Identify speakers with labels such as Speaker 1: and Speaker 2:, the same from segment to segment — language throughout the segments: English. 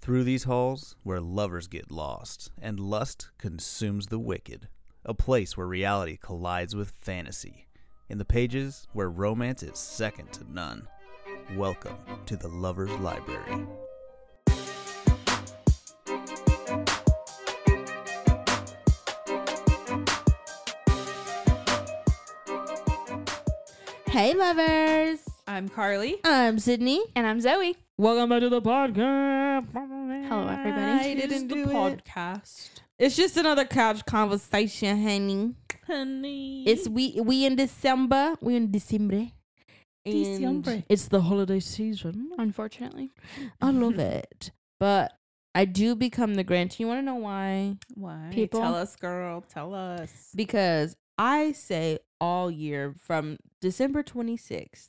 Speaker 1: Through these halls, where lovers get lost and lust consumes the wicked, a place where reality collides with fantasy, in the pages where romance is second to none. Welcome to the Lover's Library.
Speaker 2: Hey, lovers.
Speaker 3: I'm Carly.
Speaker 2: I'm Sydney.
Speaker 4: And I'm Zoe.
Speaker 5: Welcome back to the podcast.
Speaker 4: Hello, everybody.
Speaker 2: I
Speaker 3: It is
Speaker 2: didn't
Speaker 3: the
Speaker 2: do it.
Speaker 3: podcast.
Speaker 2: It's just another couch conversation, honey.
Speaker 3: Honey.
Speaker 2: It's we we in December. We in December. And
Speaker 3: December.
Speaker 5: It's the holiday season.
Speaker 4: Unfortunately.
Speaker 2: I love it, but I do become the Grinch. You want to know why?
Speaker 3: why?
Speaker 4: people.
Speaker 3: Tell us, girl. Tell us.
Speaker 2: Because I say all year from December 26th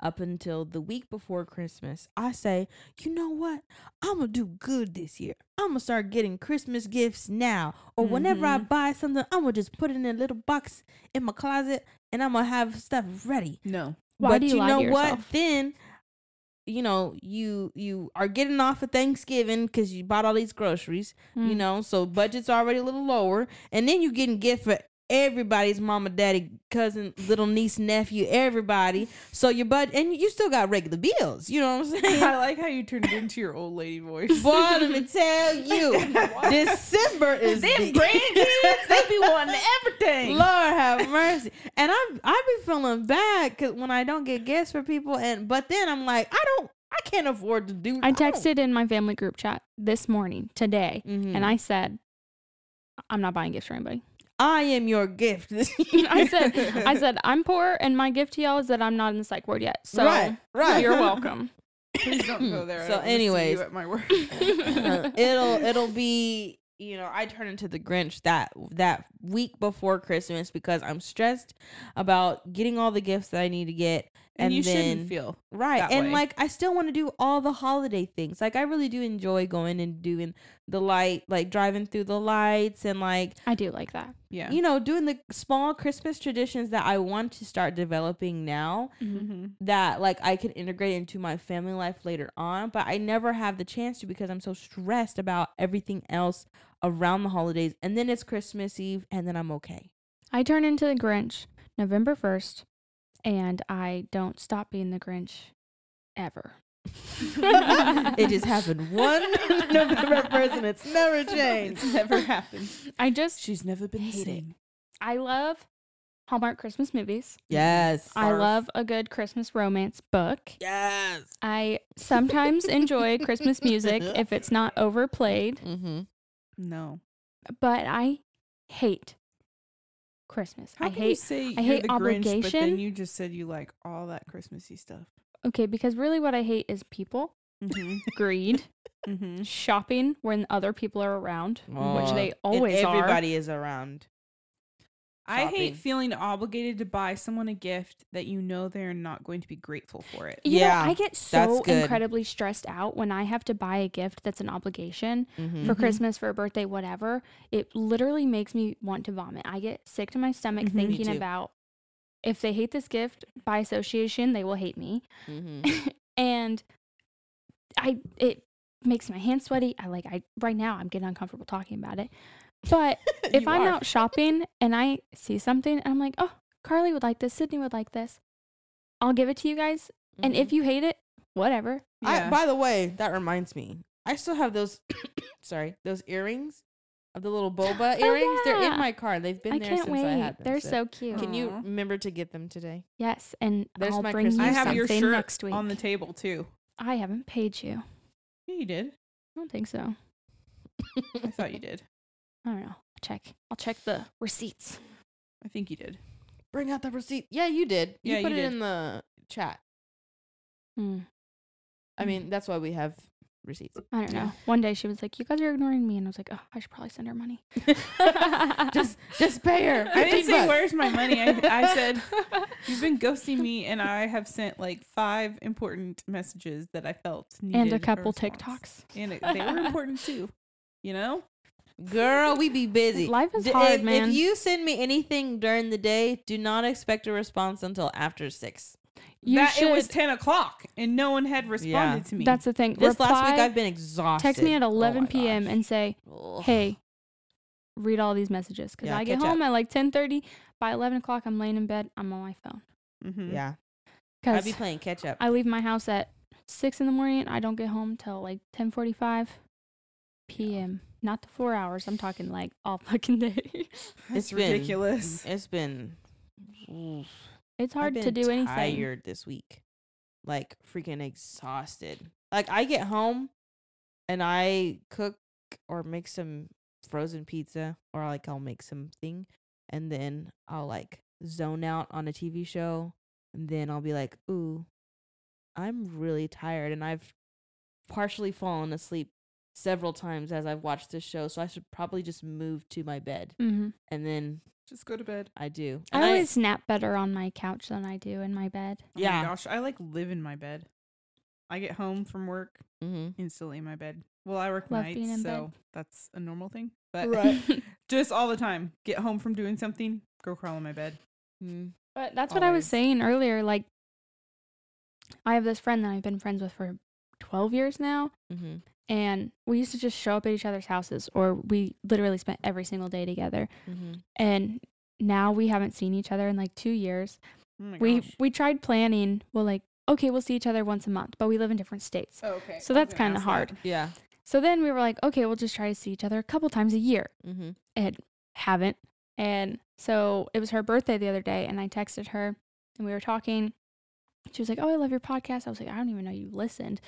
Speaker 2: up until the week before Christmas, I say, you know what? I'm going to do good this year. I'm going to start getting Christmas gifts now. Or whenever I
Speaker 3: Mhm.
Speaker 2: buy something, I'm going to just put it in a little box in my closet and I'm going to have stuff ready.
Speaker 3: no.
Speaker 4: Why
Speaker 2: but
Speaker 4: do you
Speaker 2: you
Speaker 4: lie to
Speaker 2: know what?
Speaker 4: yourself?
Speaker 2: Then you know you you are getting off of Thanksgiving because you bought all these groceries. You
Speaker 4: Mm.
Speaker 2: know, so budget's already a little lower, and then you getting gift for everybody's mama, daddy, cousin, little niece, nephew, everybody. So your bud and you still got regular bills. You know what I'm saying?
Speaker 3: I like how you turned it into your old lady voice.
Speaker 2: Boy, let me tell you, December is the-
Speaker 3: grandkids, they be wanting everything.
Speaker 2: Lord have mercy. And I I be feeling bad cause when I don't get gifts for people and but then I'm like, I don't I can't afford to do
Speaker 4: I
Speaker 2: don't-
Speaker 4: texted in my family group chat this morning, today,
Speaker 2: Mhm.
Speaker 4: and I said, I'm not buying gifts for anybody.
Speaker 2: I am your gift.
Speaker 4: I said, I said, I'm poor, and my gift to y'all is that I'm not in the psych ward yet. So
Speaker 2: Right, right.
Speaker 4: you're welcome.
Speaker 3: Please don't go there. I
Speaker 2: So
Speaker 3: don't wanna see
Speaker 2: anyways.
Speaker 3: you at my work.
Speaker 2: Uh, it'll it'll be you know I turn into the Grinch that that week before Christmas because I'm stressed about getting all the gifts that I need to get.
Speaker 3: and you
Speaker 2: then-
Speaker 3: shouldn't feel.
Speaker 2: Right.
Speaker 3: that
Speaker 2: and
Speaker 3: way.
Speaker 2: like I still want to do all the holiday things. Like I really do enjoy going and doing the light like driving through the lights and like
Speaker 4: I do like that.
Speaker 3: Yeah.
Speaker 2: you know doing the small Christmas traditions that I want to start developing now
Speaker 3: mm-hmm.
Speaker 2: that like I can integrate into my family life later on, but I never have the chance to because I'm so stressed about everything else around the holidays. And then it's Christmas Eve and then I'm okay.
Speaker 4: I turn into the Grinch November 1st, and I don't stop being the Grinch ever.
Speaker 2: it just happened one November first and it's never changed.
Speaker 3: It's never happened.
Speaker 4: I just,
Speaker 3: She's never been
Speaker 4: Hate it. I love Hallmark Christmas movies.
Speaker 2: Yes.
Speaker 4: I love a good Christmas romance book.
Speaker 2: Yes.
Speaker 4: I sometimes enjoy Christmas music if it's not overplayed,
Speaker 2: Mm-hmm.
Speaker 3: No.
Speaker 4: but I hate Christmas.
Speaker 3: How
Speaker 4: I
Speaker 3: can
Speaker 4: hate
Speaker 3: you say you're
Speaker 4: hate
Speaker 3: the Grinch, but then
Speaker 4: obligation.
Speaker 3: you just said you like all that Christmassy stuff.
Speaker 4: Okay, because really what I hate is people,
Speaker 3: Mm-hmm.
Speaker 4: greed,
Speaker 3: mm-hmm.
Speaker 4: shopping when other people are around, which
Speaker 2: Oh,
Speaker 4: they
Speaker 2: And
Speaker 4: always are.
Speaker 2: everybody is around.
Speaker 3: I
Speaker 2: shopping.
Speaker 3: hate feeling obligated to buy someone a gift that you know they're not going to be grateful for it.
Speaker 4: You
Speaker 2: Yeah,
Speaker 4: know, I get
Speaker 2: that's
Speaker 4: so
Speaker 2: good.
Speaker 4: incredibly stressed out when I have to buy a gift that's an obligation
Speaker 2: Mm-hmm.
Speaker 4: for
Speaker 3: Mhm.
Speaker 4: Christmas, for a birthday, whatever. It literally makes me want to vomit. I get sick to my stomach
Speaker 3: Mhm. Me
Speaker 4: thinking
Speaker 2: Mm-hmm. too.
Speaker 4: about if they hate this gift by association, they will hate me. And I it makes my hands sweaty. I like I right now I'm getting uncomfortable talking about it. But if
Speaker 3: You
Speaker 4: I'm
Speaker 3: are.
Speaker 4: out shopping and I see something and I'm like, oh, Carly would like this, Sydney would like this, I'll give it to you guys. And
Speaker 2: Mm-hmm.
Speaker 4: if you hate it, whatever.
Speaker 2: I,
Speaker 3: Yeah.
Speaker 2: by the way, that reminds me. I still have those. sorry, those earrings of the little boba
Speaker 4: Oh,
Speaker 2: earrings. They're
Speaker 4: yeah.
Speaker 2: in my car. They've been
Speaker 4: I
Speaker 2: there
Speaker 4: can't
Speaker 2: since
Speaker 4: wait.
Speaker 2: I had them.
Speaker 4: They're so cute.
Speaker 2: Can you
Speaker 3: Aw.
Speaker 2: remember to get them today?
Speaker 4: Yes, and
Speaker 2: There's
Speaker 4: I'll
Speaker 2: my
Speaker 4: bring you
Speaker 2: Christmas
Speaker 3: I
Speaker 2: do
Speaker 3: have
Speaker 4: something
Speaker 3: your shirt
Speaker 4: next week.
Speaker 3: on the table too.
Speaker 4: I haven't paid you.
Speaker 3: Yeah, you did.
Speaker 4: I don't think so.
Speaker 3: I thought you did.
Speaker 4: I don't know. I'll check. I'll check the receipts.
Speaker 3: I think you did.
Speaker 2: Bring out the receipt. Yeah, you did. You
Speaker 3: Yeah,
Speaker 2: put
Speaker 3: you
Speaker 2: it
Speaker 3: did.
Speaker 2: in the chat.
Speaker 4: Mm,
Speaker 2: I mean, that's why we have receipts.
Speaker 4: I don't know. One day she was like, "You guys are ignoring me," and I was like, "Oh, I should probably send her money."
Speaker 2: just, just pay her.
Speaker 3: I
Speaker 2: 15
Speaker 3: didn't say
Speaker 2: bucks.
Speaker 3: where's my money. I, I said you've been ghosting me, and I have sent like five important messages that I felt needed
Speaker 4: and a couple
Speaker 3: response.
Speaker 4: TikToks.
Speaker 3: and it, they were important too. You know,
Speaker 2: Girl, we be busy.
Speaker 4: Life is
Speaker 2: D-
Speaker 4: hard,
Speaker 2: if,
Speaker 4: man.
Speaker 2: If you send me anything during the day, do not expect a response until after six.
Speaker 4: You
Speaker 3: that
Speaker 4: should,
Speaker 3: it was ten o'clock and no one had responded
Speaker 2: Yeah.
Speaker 3: to me.
Speaker 4: that's the thing.
Speaker 2: This
Speaker 4: Reply,
Speaker 2: last week I've been exhausted.
Speaker 4: text me at
Speaker 2: Oh my
Speaker 4: 11 p.m.
Speaker 2: gosh.
Speaker 4: and say,
Speaker 2: Ugh.
Speaker 4: hey, read all these messages because
Speaker 2: Yeah,
Speaker 4: I get
Speaker 2: catch
Speaker 4: home at like 10:30. By 11 o'clock, I'm laying in bed. I'm on my phone
Speaker 3: Mhm.
Speaker 2: Yeah, I'd
Speaker 4: because
Speaker 2: be playing catch up.
Speaker 4: I leave my house at six in the morning and I don't get home till like 10:45 p.m. Not the four hours. I'm talking like all fucking day.
Speaker 3: That's
Speaker 2: It's been-
Speaker 3: ridiculous.
Speaker 2: It's been oof,
Speaker 4: it's
Speaker 2: I've
Speaker 4: hard to
Speaker 2: been
Speaker 4: do anything.
Speaker 2: Tired this week, like freaking exhausted. Like I get home and I cook or make some frozen pizza, or like I'll make something, and then I'll like zone out on a TV show, and then I'll be like, "Ooh, I'm really tired," and I've partially fallen asleep several times as I've watched this show, so I should probably just move to my bed,
Speaker 4: hmm
Speaker 2: and then
Speaker 3: Just go to bed.
Speaker 2: I do.
Speaker 4: I
Speaker 2: And
Speaker 4: always nap better on my couch than I do in my bed.
Speaker 3: Oh my
Speaker 2: Yeah.
Speaker 3: gosh, I like live in my bed. I get home from work
Speaker 2: Mhm.
Speaker 3: instantly in my bed. Well, I work
Speaker 4: Love
Speaker 3: nights,
Speaker 4: being in bed.
Speaker 3: so that's a normal thing. But
Speaker 2: Right.
Speaker 3: just all the time, get home from doing something, go crawl in my bed.
Speaker 2: Mm.
Speaker 4: But that's what I was
Speaker 3: Always.
Speaker 4: saying earlier. Like, I have this friend that I've been friends with for 12 years now.
Speaker 2: Mm-hmm.
Speaker 4: And we used to just show up at each other's houses, or we literally spent every single day together.
Speaker 2: Mm-hmm.
Speaker 4: And now we haven't seen each other in like two years.
Speaker 3: Oh my
Speaker 4: we
Speaker 3: gosh.
Speaker 4: we tried planning. Well, like, okay, we'll see each other once a month, but we live in different states.
Speaker 3: Oh, okay.
Speaker 4: So
Speaker 3: I was
Speaker 4: that's
Speaker 3: gonna
Speaker 4: kinda
Speaker 3: ask
Speaker 4: hard.
Speaker 3: that.
Speaker 2: Yeah.
Speaker 4: So then we were like, okay, we'll just try to see each other a couple times a year.
Speaker 2: Mm-hmm.
Speaker 4: and haven't. And so it was her birthday the other day, and I texted her and we were talking. She was like, Oh, I love your podcast. I was like, I don't even know you listened.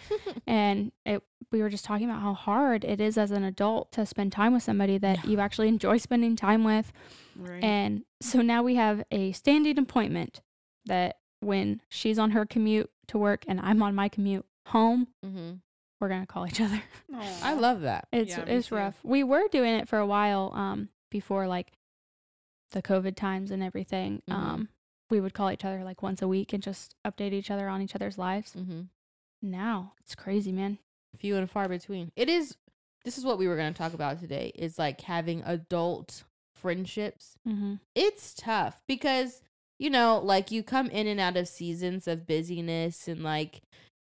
Speaker 4: and it, we were just talking about how hard it is as an adult to spend time with somebody that you actually enjoy spending time with.
Speaker 3: Right.
Speaker 4: And so now we have a standing appointment that when she's on her commute to work and I'm on my commute home,
Speaker 2: Mm-hmm.
Speaker 4: we're going to call each other.
Speaker 3: Aw.
Speaker 2: I love that.
Speaker 4: It's
Speaker 3: Yeah, me
Speaker 4: it's
Speaker 3: too.
Speaker 4: rough. We were doing it for a while um before like the COVID times and everything.
Speaker 3: Mm-hmm.
Speaker 2: Mhm.
Speaker 4: Um we would call each other like once a week and just update each other on each other's
Speaker 3: Mm.
Speaker 4: lives.
Speaker 2: Mm-hmm.
Speaker 4: Now it's crazy, man.
Speaker 2: Few and far between. It is. This is what we were going to talk about today. Is like having adult friendships.
Speaker 4: Mm-hmm.
Speaker 2: It's tough because you know, like you come in and out of seasons of busyness, and like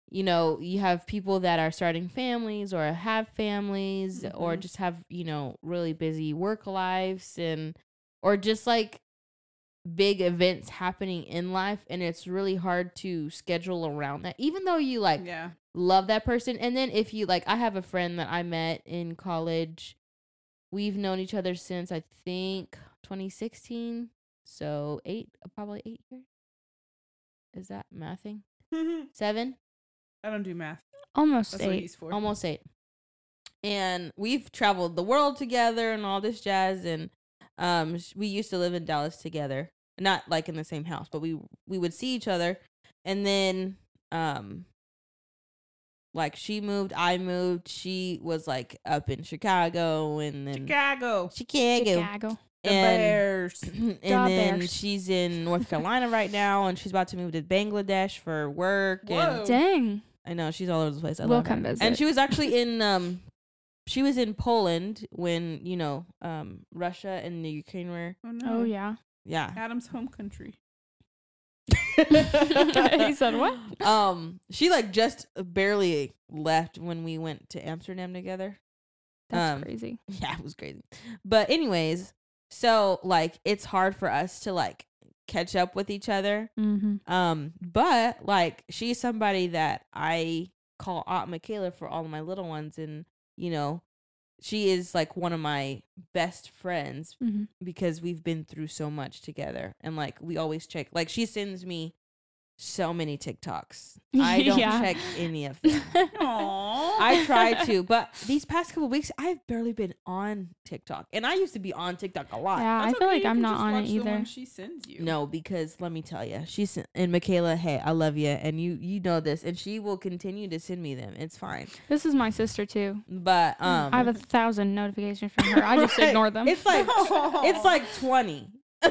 Speaker 2: you know, you have people that are starting families or have families or
Speaker 3: Mhm.
Speaker 2: just have you know really busy work lives and or just like big events happening in life and it's really hard to schedule around that even though you like
Speaker 3: Yeah.
Speaker 2: love that person. And then if you like, I have a friend that I met in college. We've known each other since I think 2016. So eight, probably eight years. Is that mathing?
Speaker 3: I
Speaker 2: Seven?
Speaker 3: don't do math.
Speaker 4: Almost
Speaker 3: That's what
Speaker 4: eight.
Speaker 3: he's for.
Speaker 2: Almost eight. And we've traveled the world together and all this jazz. And um, sh- we used to live in Dallas together, not like in the same house, but we we would see each other. And then um, like she moved, I moved. She was like up in Chicago, and then
Speaker 3: Chicago.
Speaker 2: Chicago,
Speaker 4: Chicago.
Speaker 3: The
Speaker 2: and
Speaker 3: Bears.
Speaker 2: and
Speaker 4: Da
Speaker 2: then
Speaker 4: Bears.
Speaker 2: she's in North Carolina right now, and she's about to move to Bangladesh for work.
Speaker 3: Whoa. Oh,
Speaker 2: And
Speaker 4: Dang.
Speaker 2: I know she's all over the place. I
Speaker 4: we'll
Speaker 2: love her
Speaker 4: come visit.
Speaker 2: and she was actually in um she was in Poland when you know um Russia and the Ukraine were
Speaker 3: Oh no.
Speaker 4: Oh yeah.
Speaker 2: yeah
Speaker 3: Adam's home country.
Speaker 4: he said what?
Speaker 2: um she like just barely left when we went to Amsterdam together
Speaker 4: That's
Speaker 2: Um,
Speaker 4: crazy.
Speaker 2: yeah it was crazy but anyways so like it's hard for us to like catch up with each other
Speaker 4: Mm-hmm.
Speaker 2: um but like she's somebody that I call Aunt Michaela for all of my little ones and you know she is like one of my best friends
Speaker 4: Mm-hmm.
Speaker 2: because we've been through so much together and like we always check like she sends me so many TikToks. I don't
Speaker 4: Yeah.
Speaker 2: check any of them.
Speaker 4: Mm-hmm.
Speaker 3: Aww.
Speaker 2: I try to, but these past couple weeks I've barely been on TikTok. And I used to be on TikTok a lot.
Speaker 4: Yeah, I feel like I'm not on it
Speaker 3: The
Speaker 4: either.
Speaker 3: one she sends you.
Speaker 2: No, because let me tell you, she's and Michaela. Hey, I love you, and you you know this, and she will continue to send me them. It's fine,
Speaker 4: This is my sister too.
Speaker 2: but um,
Speaker 4: Mm, I have a thousand notifications from her. I just
Speaker 2: Right.
Speaker 4: ignore them.
Speaker 2: It's like it's like twenty, and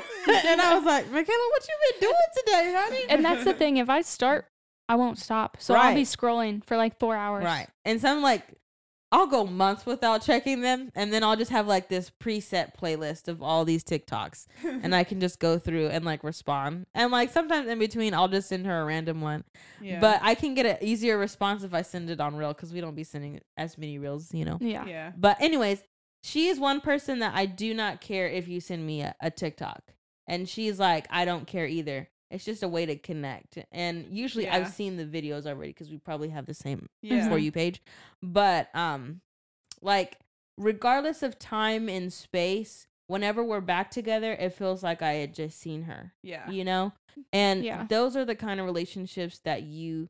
Speaker 2: I was like, Michaela, what you been doing today, honey?
Speaker 4: and that's the thing. If I start, I won't stop. So I'll be
Speaker 2: Right.
Speaker 4: scrolling for like four hours.
Speaker 2: Right. And some like I'll go months without checking them, and then I'll just have like this preset playlist of all these TikToks, and I can just go through and like respond. And like sometimes in between, I'll just send her a random one.
Speaker 3: yeah.
Speaker 2: But I can get an easier response if I send it on reel because we don't be sending as many reels, you know.
Speaker 4: Yeah.
Speaker 3: yeah.
Speaker 2: But anyways, she is one person that I do not care if you send me a, a TikTok. And she's like, I don't care either. It's just a way to connect. And usually
Speaker 3: Yeah.
Speaker 2: I've seen the videos already because we probably have the same
Speaker 3: Yeah.
Speaker 2: for you page. But um like regardless of time and space, whenever we're back together, it feels like I had just seen her
Speaker 3: Yeah.
Speaker 2: you know and
Speaker 4: Yeah.
Speaker 2: those are the kind of relationships that you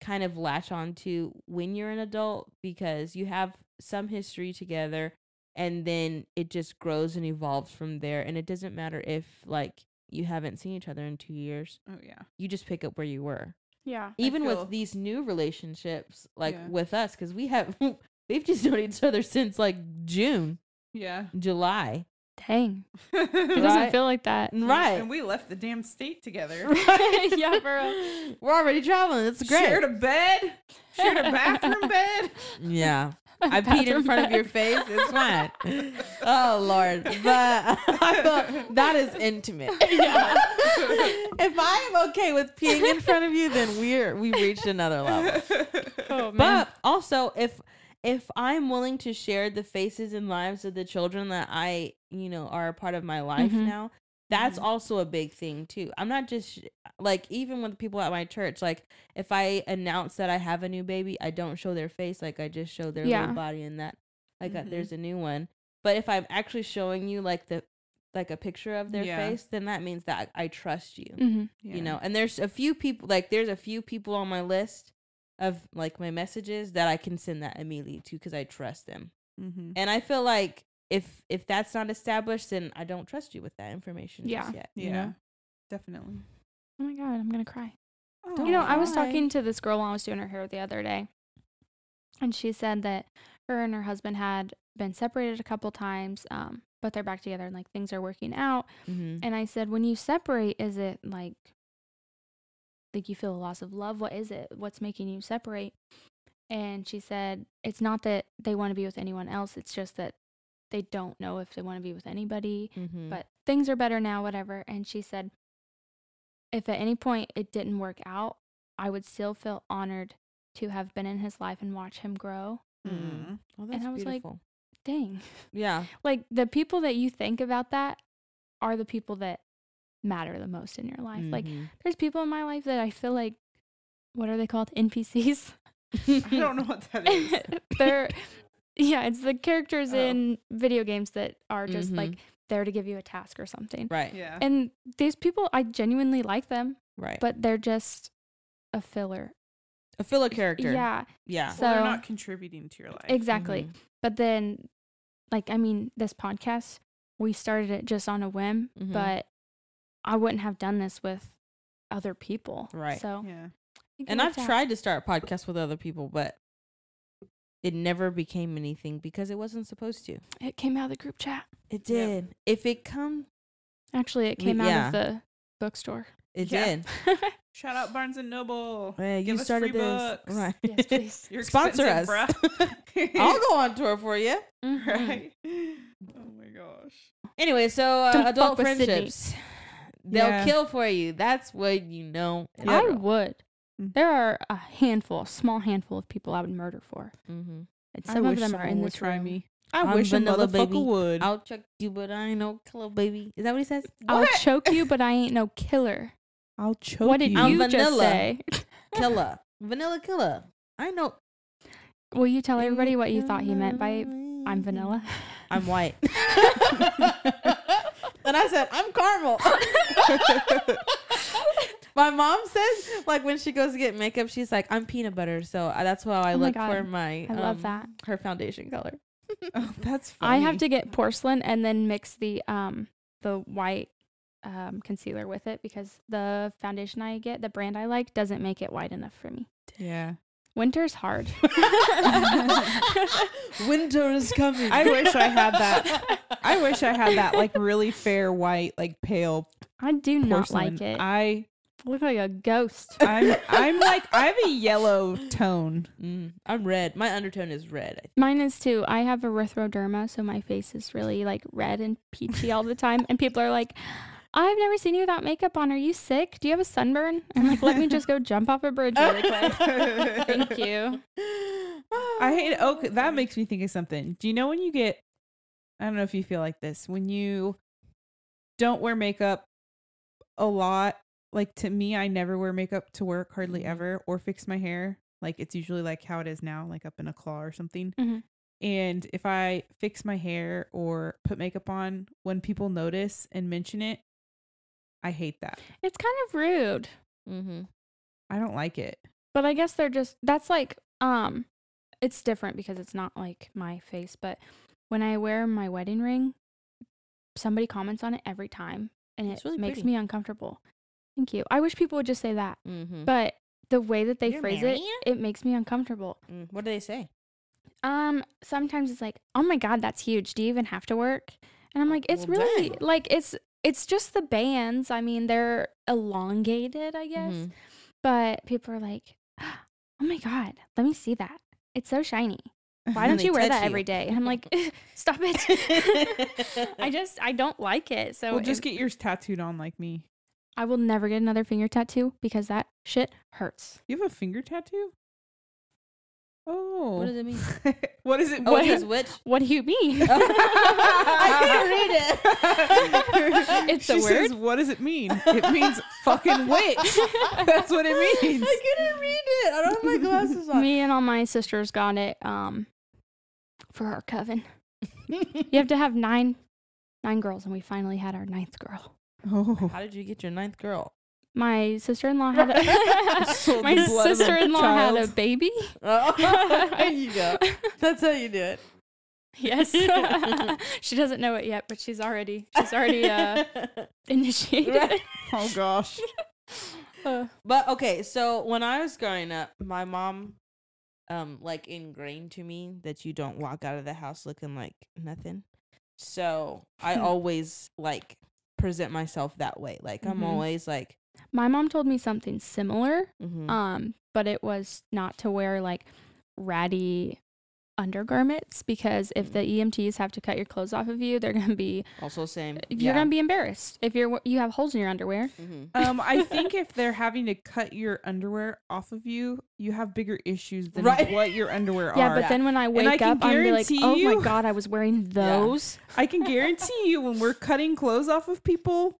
Speaker 2: kind of latch on to when you're an adult because you have some history together and then it just grows and evolves from there and it doesn't matter if like you haven't seen each other in 2 years
Speaker 3: Oh yeah.
Speaker 2: you just pick up where you were
Speaker 4: Yeah.
Speaker 2: even
Speaker 3: feel-
Speaker 2: with these new relationships like
Speaker 3: Yeah.
Speaker 2: with us cuz we have we've just known each other since like June
Speaker 3: Yeah.
Speaker 2: July
Speaker 4: Dang. It
Speaker 2: Right.
Speaker 4: doesn't feel like that.
Speaker 2: right
Speaker 3: And we left the damn state together.
Speaker 4: yeah, for real.
Speaker 2: we're already traveling it's great
Speaker 3: Shared a bed. Shared a bathroom bed.
Speaker 2: yeah I peed in
Speaker 4: Bathroom
Speaker 2: front of
Speaker 4: breath.
Speaker 2: your face. It's fine. oh Lord, but I thought that is intimate. if I am okay with peeing in front of you, then we're we've reached another level.
Speaker 4: Oh, man.
Speaker 2: But also, if if I'm willing to share the faces and lives of the children that I you know are a part of my life
Speaker 4: Mhm.
Speaker 2: now, that's also a big thing too. I'm not just sh- like even with people at my church. Like if I announce that I have a new baby, I don't show their face. Like I just show their
Speaker 4: Yeah. Mm-hmm.
Speaker 2: little body and that like uh,
Speaker 3: Mhm.
Speaker 2: there's a new one. But if I'm actually showing you like the like a picture of their
Speaker 3: Yeah.
Speaker 2: face, then that means that I trust you
Speaker 4: hmm
Speaker 2: you know and there's a few people like there's a few people on my list of like my messages that i can send that immediately to because i trust them
Speaker 3: Mm-hmm.
Speaker 2: and i feel like if if that's not established then i don't trust you with that information
Speaker 4: Yeah.
Speaker 2: just yet
Speaker 3: Yeah.
Speaker 2: you know?
Speaker 3: Definitely.
Speaker 4: Oh my god, I'm gonna cry.
Speaker 3: Oh,
Speaker 4: You know, I was
Speaker 2: Why?
Speaker 4: talking to this girl while I was doing her hair the other day, and she said that her and her husband had been separated a couple times, um, but they're back together and like things are working out.
Speaker 2: Mhm.
Speaker 4: And I said, when you separate, is it like like you feel a loss of love? What is it? What's making you separate? And she said, it's not that they want to be with anyone else. It's just that they don't know if they want to be with anybody.
Speaker 2: Mhm.
Speaker 4: but things are better now, whatever. And she said, if at any point it didn't work out, I would still feel honored to have been in his life and watch him grow.
Speaker 3: Mm.
Speaker 2: well, Oh, that's
Speaker 4: I was like-
Speaker 2: beautiful.
Speaker 4: Dang.
Speaker 2: yeah
Speaker 4: Like the people that you think about that are the people that matter the most in your life. Like
Speaker 2: Mhm.
Speaker 4: there's people in my life that I feel like, what are they called? NPCs.
Speaker 2: Mm-hmm.
Speaker 3: I don't know what that is.
Speaker 4: They're, yeah, it's the characters
Speaker 3: Oh.
Speaker 4: in video games that are just
Speaker 2: Mhm.
Speaker 4: like there to give you a task or something.
Speaker 2: right
Speaker 3: Yeah.
Speaker 4: And these people, I genuinely like them.
Speaker 2: right
Speaker 4: but they're just a filler.
Speaker 2: a filler character
Speaker 4: Yeah,
Speaker 2: yeah
Speaker 4: So-
Speaker 3: well, they're not contributing to your life.
Speaker 4: exactly.
Speaker 2: Mhm.
Speaker 4: But then, like, I mean, this podcast, we started it just on a whim,
Speaker 2: Mhm.
Speaker 4: but I wouldn't have done this with other people.
Speaker 2: Right.
Speaker 4: So,
Speaker 3: Yeah.
Speaker 4: I think it
Speaker 2: and i've
Speaker 4: worked out.
Speaker 2: tried to start podcasts with other people but it never became anything because it wasn't supposed to
Speaker 4: It came out of the group chat.
Speaker 2: it
Speaker 3: Yeah.
Speaker 2: did if it come
Speaker 4: Actually, it
Speaker 2: We-
Speaker 4: came out
Speaker 2: yeah.
Speaker 4: of the bookstore.
Speaker 2: it
Speaker 3: Yeah.
Speaker 2: did
Speaker 3: Shout out Barnes and Noble.
Speaker 2: Yeah, you
Speaker 3: Give us
Speaker 2: started
Speaker 3: free
Speaker 2: this.
Speaker 3: books.
Speaker 2: Right.
Speaker 4: yes, please.
Speaker 3: You're
Speaker 2: Sponsor
Speaker 3: expensive,
Speaker 2: us.
Speaker 3: bruh.
Speaker 2: I'll go on tour for you.
Speaker 4: Mm-hmm.
Speaker 3: right. Oh my gosh.
Speaker 2: Anyway, so uh,
Speaker 4: Don't
Speaker 2: adult
Speaker 4: fuck with Sydney.
Speaker 2: friendships. They'll
Speaker 3: Yeah.
Speaker 2: kill for you. That's what you know.
Speaker 4: I would.
Speaker 3: Mm.
Speaker 4: There are a handful, a small handful of people I would murder for.
Speaker 2: mm-hmm.
Speaker 4: And some of them are in um, this room.
Speaker 3: I
Speaker 2: I'm
Speaker 3: wish a
Speaker 2: vanilla
Speaker 3: motherfucker
Speaker 2: baby.
Speaker 3: would.
Speaker 2: I'll chuck you, but I ain't no killer, baby. Is that what he says?
Speaker 4: I'll
Speaker 3: What?
Speaker 4: choke you, but I ain't no killer.
Speaker 3: I'll choke
Speaker 4: what did you,
Speaker 2: I'm
Speaker 4: just
Speaker 2: vanilla.
Speaker 4: say?
Speaker 2: killer, vanilla killer. I know.
Speaker 4: Will you tell everybody what you thought he meant by I'm vanilla?
Speaker 2: I'm white. and I said, I'm caramel. my mom says, like, when she goes to get makeup, she's like, I'm peanut butter. So I- that's why I
Speaker 4: Oh my
Speaker 2: look
Speaker 4: God.
Speaker 2: for my.
Speaker 4: I love
Speaker 2: um,
Speaker 4: that.
Speaker 2: Her foundation color.
Speaker 3: Oh, that's
Speaker 4: I have to get porcelain and then mix the um the white um concealer with it because the foundation I get, the brand I like, doesn't make it white enough for me.
Speaker 3: Yeah.
Speaker 4: Winter's hard.
Speaker 2: Winter is coming.
Speaker 3: I wish I had that. I wish I had that like really fair white, like pale
Speaker 4: I do not
Speaker 3: porcelain.
Speaker 4: like it.
Speaker 3: I
Speaker 4: Look like a ghost.
Speaker 3: I'm I'm like I have a yellow tone.
Speaker 2: Mm, I'm red. My undertone is red. I-
Speaker 4: Mine is too. I have erythroderma, so my face is really like red and peachy all the time. And people are like, I've never seen you without makeup on. Are you sick? Do you have a sunburn? I'm like, let me just go jump off a bridge really quick. Thank you.
Speaker 3: I hate okay. That makes me think of something. Do you know when you get? I don't know if you feel like this when you don't wear makeup a lot. Like to me, I never wear makeup to work hardly ever, or fix my hair. Like it's usually like how it is now, like up in a claw or something.
Speaker 4: Mhm.
Speaker 3: And if I fix my hair or put makeup on, when people notice and mention it, I hate that.
Speaker 4: It's kind of rude,
Speaker 2: Mhm.
Speaker 3: I don't like it.
Speaker 4: but I guess they're just, that's like, um, it's different because it's not like my face. But when I wear my wedding ring, somebody comments on it every time and
Speaker 2: It's
Speaker 4: it
Speaker 2: really
Speaker 4: makes
Speaker 2: pretty.
Speaker 4: me uncomfortable. Thank you. I wish people would just say that.
Speaker 2: Mhm.
Speaker 4: but the way that they
Speaker 2: You're
Speaker 4: phrase
Speaker 2: marrying
Speaker 4: it, it makes me uncomfortable.
Speaker 2: Mm, What do they say?
Speaker 4: Um, sometimes it's like, oh my god, that's huge. Do you even have to work? And I'm like, it's
Speaker 2: Oh, Well,
Speaker 4: really
Speaker 2: dang.
Speaker 4: like it's it's just the bands. I mean, they're elongated, I guess.
Speaker 2: Mhm.
Speaker 4: But people are like, oh my god, let me see that. It's so shiny. Why
Speaker 2: And
Speaker 4: don't
Speaker 2: they
Speaker 4: you wear
Speaker 2: touch
Speaker 4: that
Speaker 2: you.
Speaker 4: every day? And I'm like, stop it. I just I don't like it. So
Speaker 3: Well, just
Speaker 4: it-
Speaker 3: get yours tattooed on like me.
Speaker 4: I will never get another finger tattoo because that shit hurts.
Speaker 3: You have a finger tattoo? Oh.
Speaker 2: What does it mean?
Speaker 3: what is it?
Speaker 2: Oh,
Speaker 3: what
Speaker 2: it says which?
Speaker 4: What do you mean?
Speaker 2: I can't read it.
Speaker 4: It's a
Speaker 3: she
Speaker 4: word?
Speaker 3: Says, what does it mean? It means fucking witch. That's what it means.
Speaker 2: I couldn't read it. I don't have my glasses on.
Speaker 4: Me and all my sisters got it um for our coven. you have to have nine nine girls and we finally had our ninth girl.
Speaker 3: Oh.
Speaker 2: How did you get your ninth girl?
Speaker 4: My sister-in-law had
Speaker 2: Sold the
Speaker 4: a My
Speaker 2: blood of a
Speaker 4: sister-in-law had a
Speaker 2: child.
Speaker 4: baby.
Speaker 2: Oh, there you go. That's how you do it.
Speaker 4: yes. she doesn't know it yet, but she's already she's already uh initiated.
Speaker 2: Right.
Speaker 3: oh gosh.
Speaker 4: Uh,
Speaker 2: But okay, so when I was growing up, my mom um like ingrained to me that you don't walk out of the house looking like nothing. So I always like present myself that way. Like I'm
Speaker 4: Mm-hmm.
Speaker 3: Mhm.
Speaker 2: always like
Speaker 4: my mom told me something similar,
Speaker 3: Mm.
Speaker 2: mhm.
Speaker 4: um, but it was not to wear like ratty undergarments because if
Speaker 3: Mm.
Speaker 4: the EMTs have to cut your clothes off of you, they're gonna be
Speaker 2: also same.
Speaker 4: you're gonna be embarrassed if you're you have holes in your underwear.
Speaker 2: mm-hmm.
Speaker 3: Um, I think if they're having to cut your underwear off of you, you have bigger issues than
Speaker 2: Right.
Speaker 3: what your underwear
Speaker 4: yeah,
Speaker 3: are.
Speaker 4: but then when I wake
Speaker 3: I can
Speaker 4: up, I'm gonna be like,
Speaker 3: guarantee
Speaker 4: oh
Speaker 3: you-
Speaker 4: my god, I was wearing those.
Speaker 3: I can guarantee you, when we're cutting clothes off of people,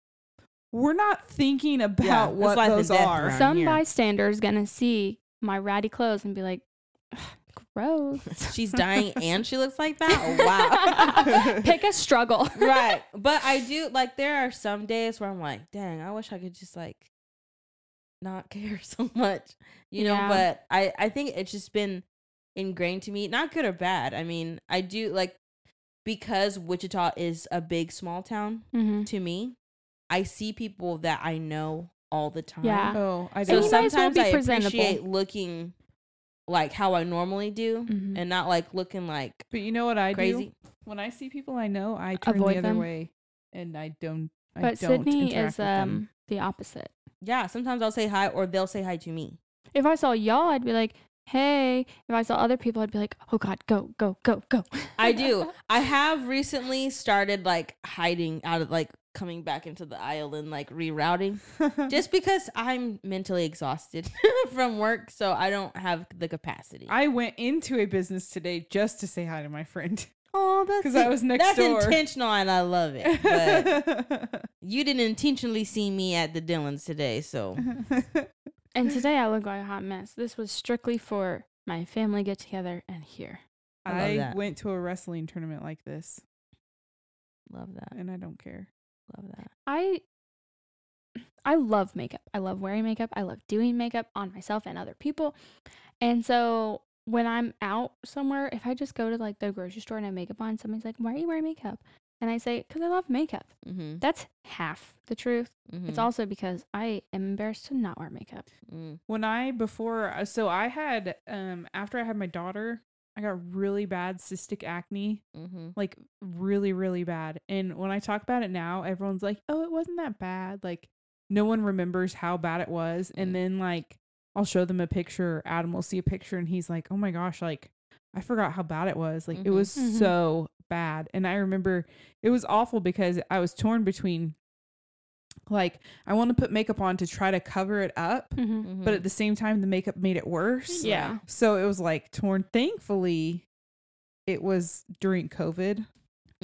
Speaker 3: we're not thinking about
Speaker 2: it's
Speaker 3: what
Speaker 2: life and
Speaker 3: those
Speaker 2: death
Speaker 3: are.
Speaker 2: around
Speaker 4: Some
Speaker 2: here.
Speaker 4: bystander's gonna see my ratty clothes and be like, "Ugh, gross.
Speaker 2: She's dying and she looks like that. Oh, wow.
Speaker 4: Pick a struggle.
Speaker 2: right. But I do like there are some days where I'm like, dang, I wish I could just like not care so much. You know,
Speaker 4: Yeah.
Speaker 2: but I I think it's just been ingrained to me, not good or bad. I mean, I do like because Wichita is a big small town
Speaker 4: hmm
Speaker 2: to me. I see people that I know all the time.
Speaker 4: Yeah.
Speaker 3: Oh, I
Speaker 2: So
Speaker 4: So
Speaker 3: don't.
Speaker 4: you might as well
Speaker 2: sometimes
Speaker 4: be
Speaker 2: I
Speaker 4: presentable.
Speaker 2: appreciate looking like how I normally do
Speaker 4: Mhm.
Speaker 2: and not like looking like
Speaker 3: but you know what I do?
Speaker 2: crazy.
Speaker 3: when I see people I know, I turn
Speaker 4: Avoid
Speaker 3: the other
Speaker 4: them.
Speaker 3: way, and I don't. I
Speaker 4: But
Speaker 3: don't
Speaker 4: Sydney
Speaker 3: interact
Speaker 4: is
Speaker 3: with them.
Speaker 4: um the opposite.
Speaker 2: Yeah, sometimes I'll say hi or they'll say hi to me.
Speaker 4: If I saw y'all, I'd be like, hey. If I saw other people, I'd be like, oh god, go, go, go, go.
Speaker 2: I do. I have recently started like hiding out of like coming back into the aisle and like rerouting
Speaker 4: um,
Speaker 2: just because I'm mentally exhausted from work. So I don't have the capacity.
Speaker 3: I went into a business today just to say hi to my friend
Speaker 2: Oh, that's
Speaker 3: because I was next
Speaker 2: that's
Speaker 3: door.
Speaker 2: intentional and I love it. But you didn't intentionally see me at the Dylan's today. So
Speaker 4: And today I look like a hot mess. This was strictly for my family get together and here.
Speaker 2: I love
Speaker 3: I
Speaker 2: that.
Speaker 3: went to a wrestling tournament like this,
Speaker 2: love
Speaker 4: Uh
Speaker 2: that.
Speaker 3: and I don't care.
Speaker 2: Love that.
Speaker 4: I I love makeup. I love wearing makeup. I love doing makeup on myself and other people. And so when I'm out somewhere, if I just go to like the grocery store and I have makeup on, somebody's like, "Why are you wearing makeup?" And I say, "Cuz I love makeup."
Speaker 2: Mm-hmm.
Speaker 4: That's half the truth.
Speaker 2: mm-hmm.
Speaker 4: It's also because I am embarrassed to not wear makeup.
Speaker 2: Mm.
Speaker 3: When I before, uh, so I had um after I had my daughter, I got really bad cystic acne,
Speaker 2: Mm-hmm.
Speaker 3: like really really bad. And when I talk about it now, everyone's like, "Oh, it wasn't that bad." Like no one remembers how bad it was. And then like I'll show them a picture, Adam will see a picture and he's like, Oh my gosh, like I forgot how bad it was. Like it
Speaker 2: Mhm.
Speaker 3: was
Speaker 4: Mhm.
Speaker 3: so bad. And I remember it was awful because I was torn between like I want to put makeup on to try to cover it up,
Speaker 4: hmm
Speaker 3: but
Speaker 2: Mm-hmm.
Speaker 3: at the same time the makeup made it worse.
Speaker 4: Yeah.
Speaker 3: So it was like torn. Thankfully, it was during COVID.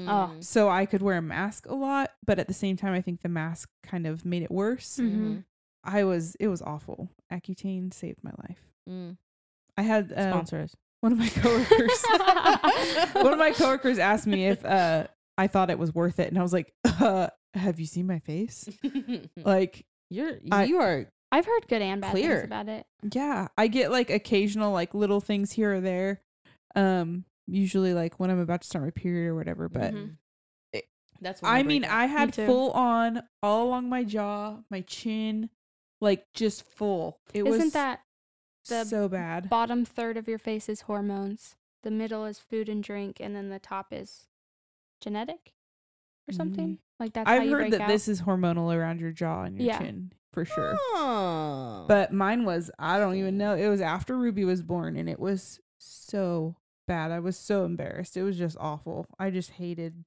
Speaker 2: mm-hmm,
Speaker 4: oh,
Speaker 3: So I could wear a mask a lot, but at the same time, I think the mask kind of made it worse.
Speaker 2: Mm.
Speaker 4: Mhm.
Speaker 2: mm-hmm,
Speaker 3: I was, it was awful. Accutane saved my life.
Speaker 2: Mm.
Speaker 3: I had uh,
Speaker 2: Sponsor us.
Speaker 3: one of my coworkers, one of my coworkers asked me if uh, I thought it was worth it. And I was like, uh, have you seen my face?
Speaker 2: Mm-hmm.
Speaker 3: Like,
Speaker 2: You're
Speaker 3: I-
Speaker 2: you are
Speaker 4: I've heard good and bad
Speaker 2: Clear.
Speaker 4: things about it.
Speaker 3: yeah, I get like occasional, like little things here or there. Um, usually like when I'm about to start my period or whatever, but
Speaker 4: Mhm.
Speaker 3: it-
Speaker 2: that's. when
Speaker 3: Mm-hmm. I
Speaker 2: break
Speaker 3: mean,
Speaker 2: up.
Speaker 3: I had
Speaker 4: too.
Speaker 3: full on all along my jaw, my chin, like just full. It was
Speaker 4: Isn't that the
Speaker 3: so bad.
Speaker 4: bottom third of your face is hormones, the middle is food and drink, and then the top is genetic or something? Like that's how
Speaker 3: Mm-hmm. I've
Speaker 4: you
Speaker 3: heard
Speaker 4: break
Speaker 3: that
Speaker 4: out.
Speaker 3: this is hormonal around your jaw and your
Speaker 4: Yeah.
Speaker 3: chin for sure.
Speaker 2: Oh.
Speaker 3: But mine was, I don't even know. It was after Ruby was born and it was so bad. I was so embarrassed. It was just awful. I just hated.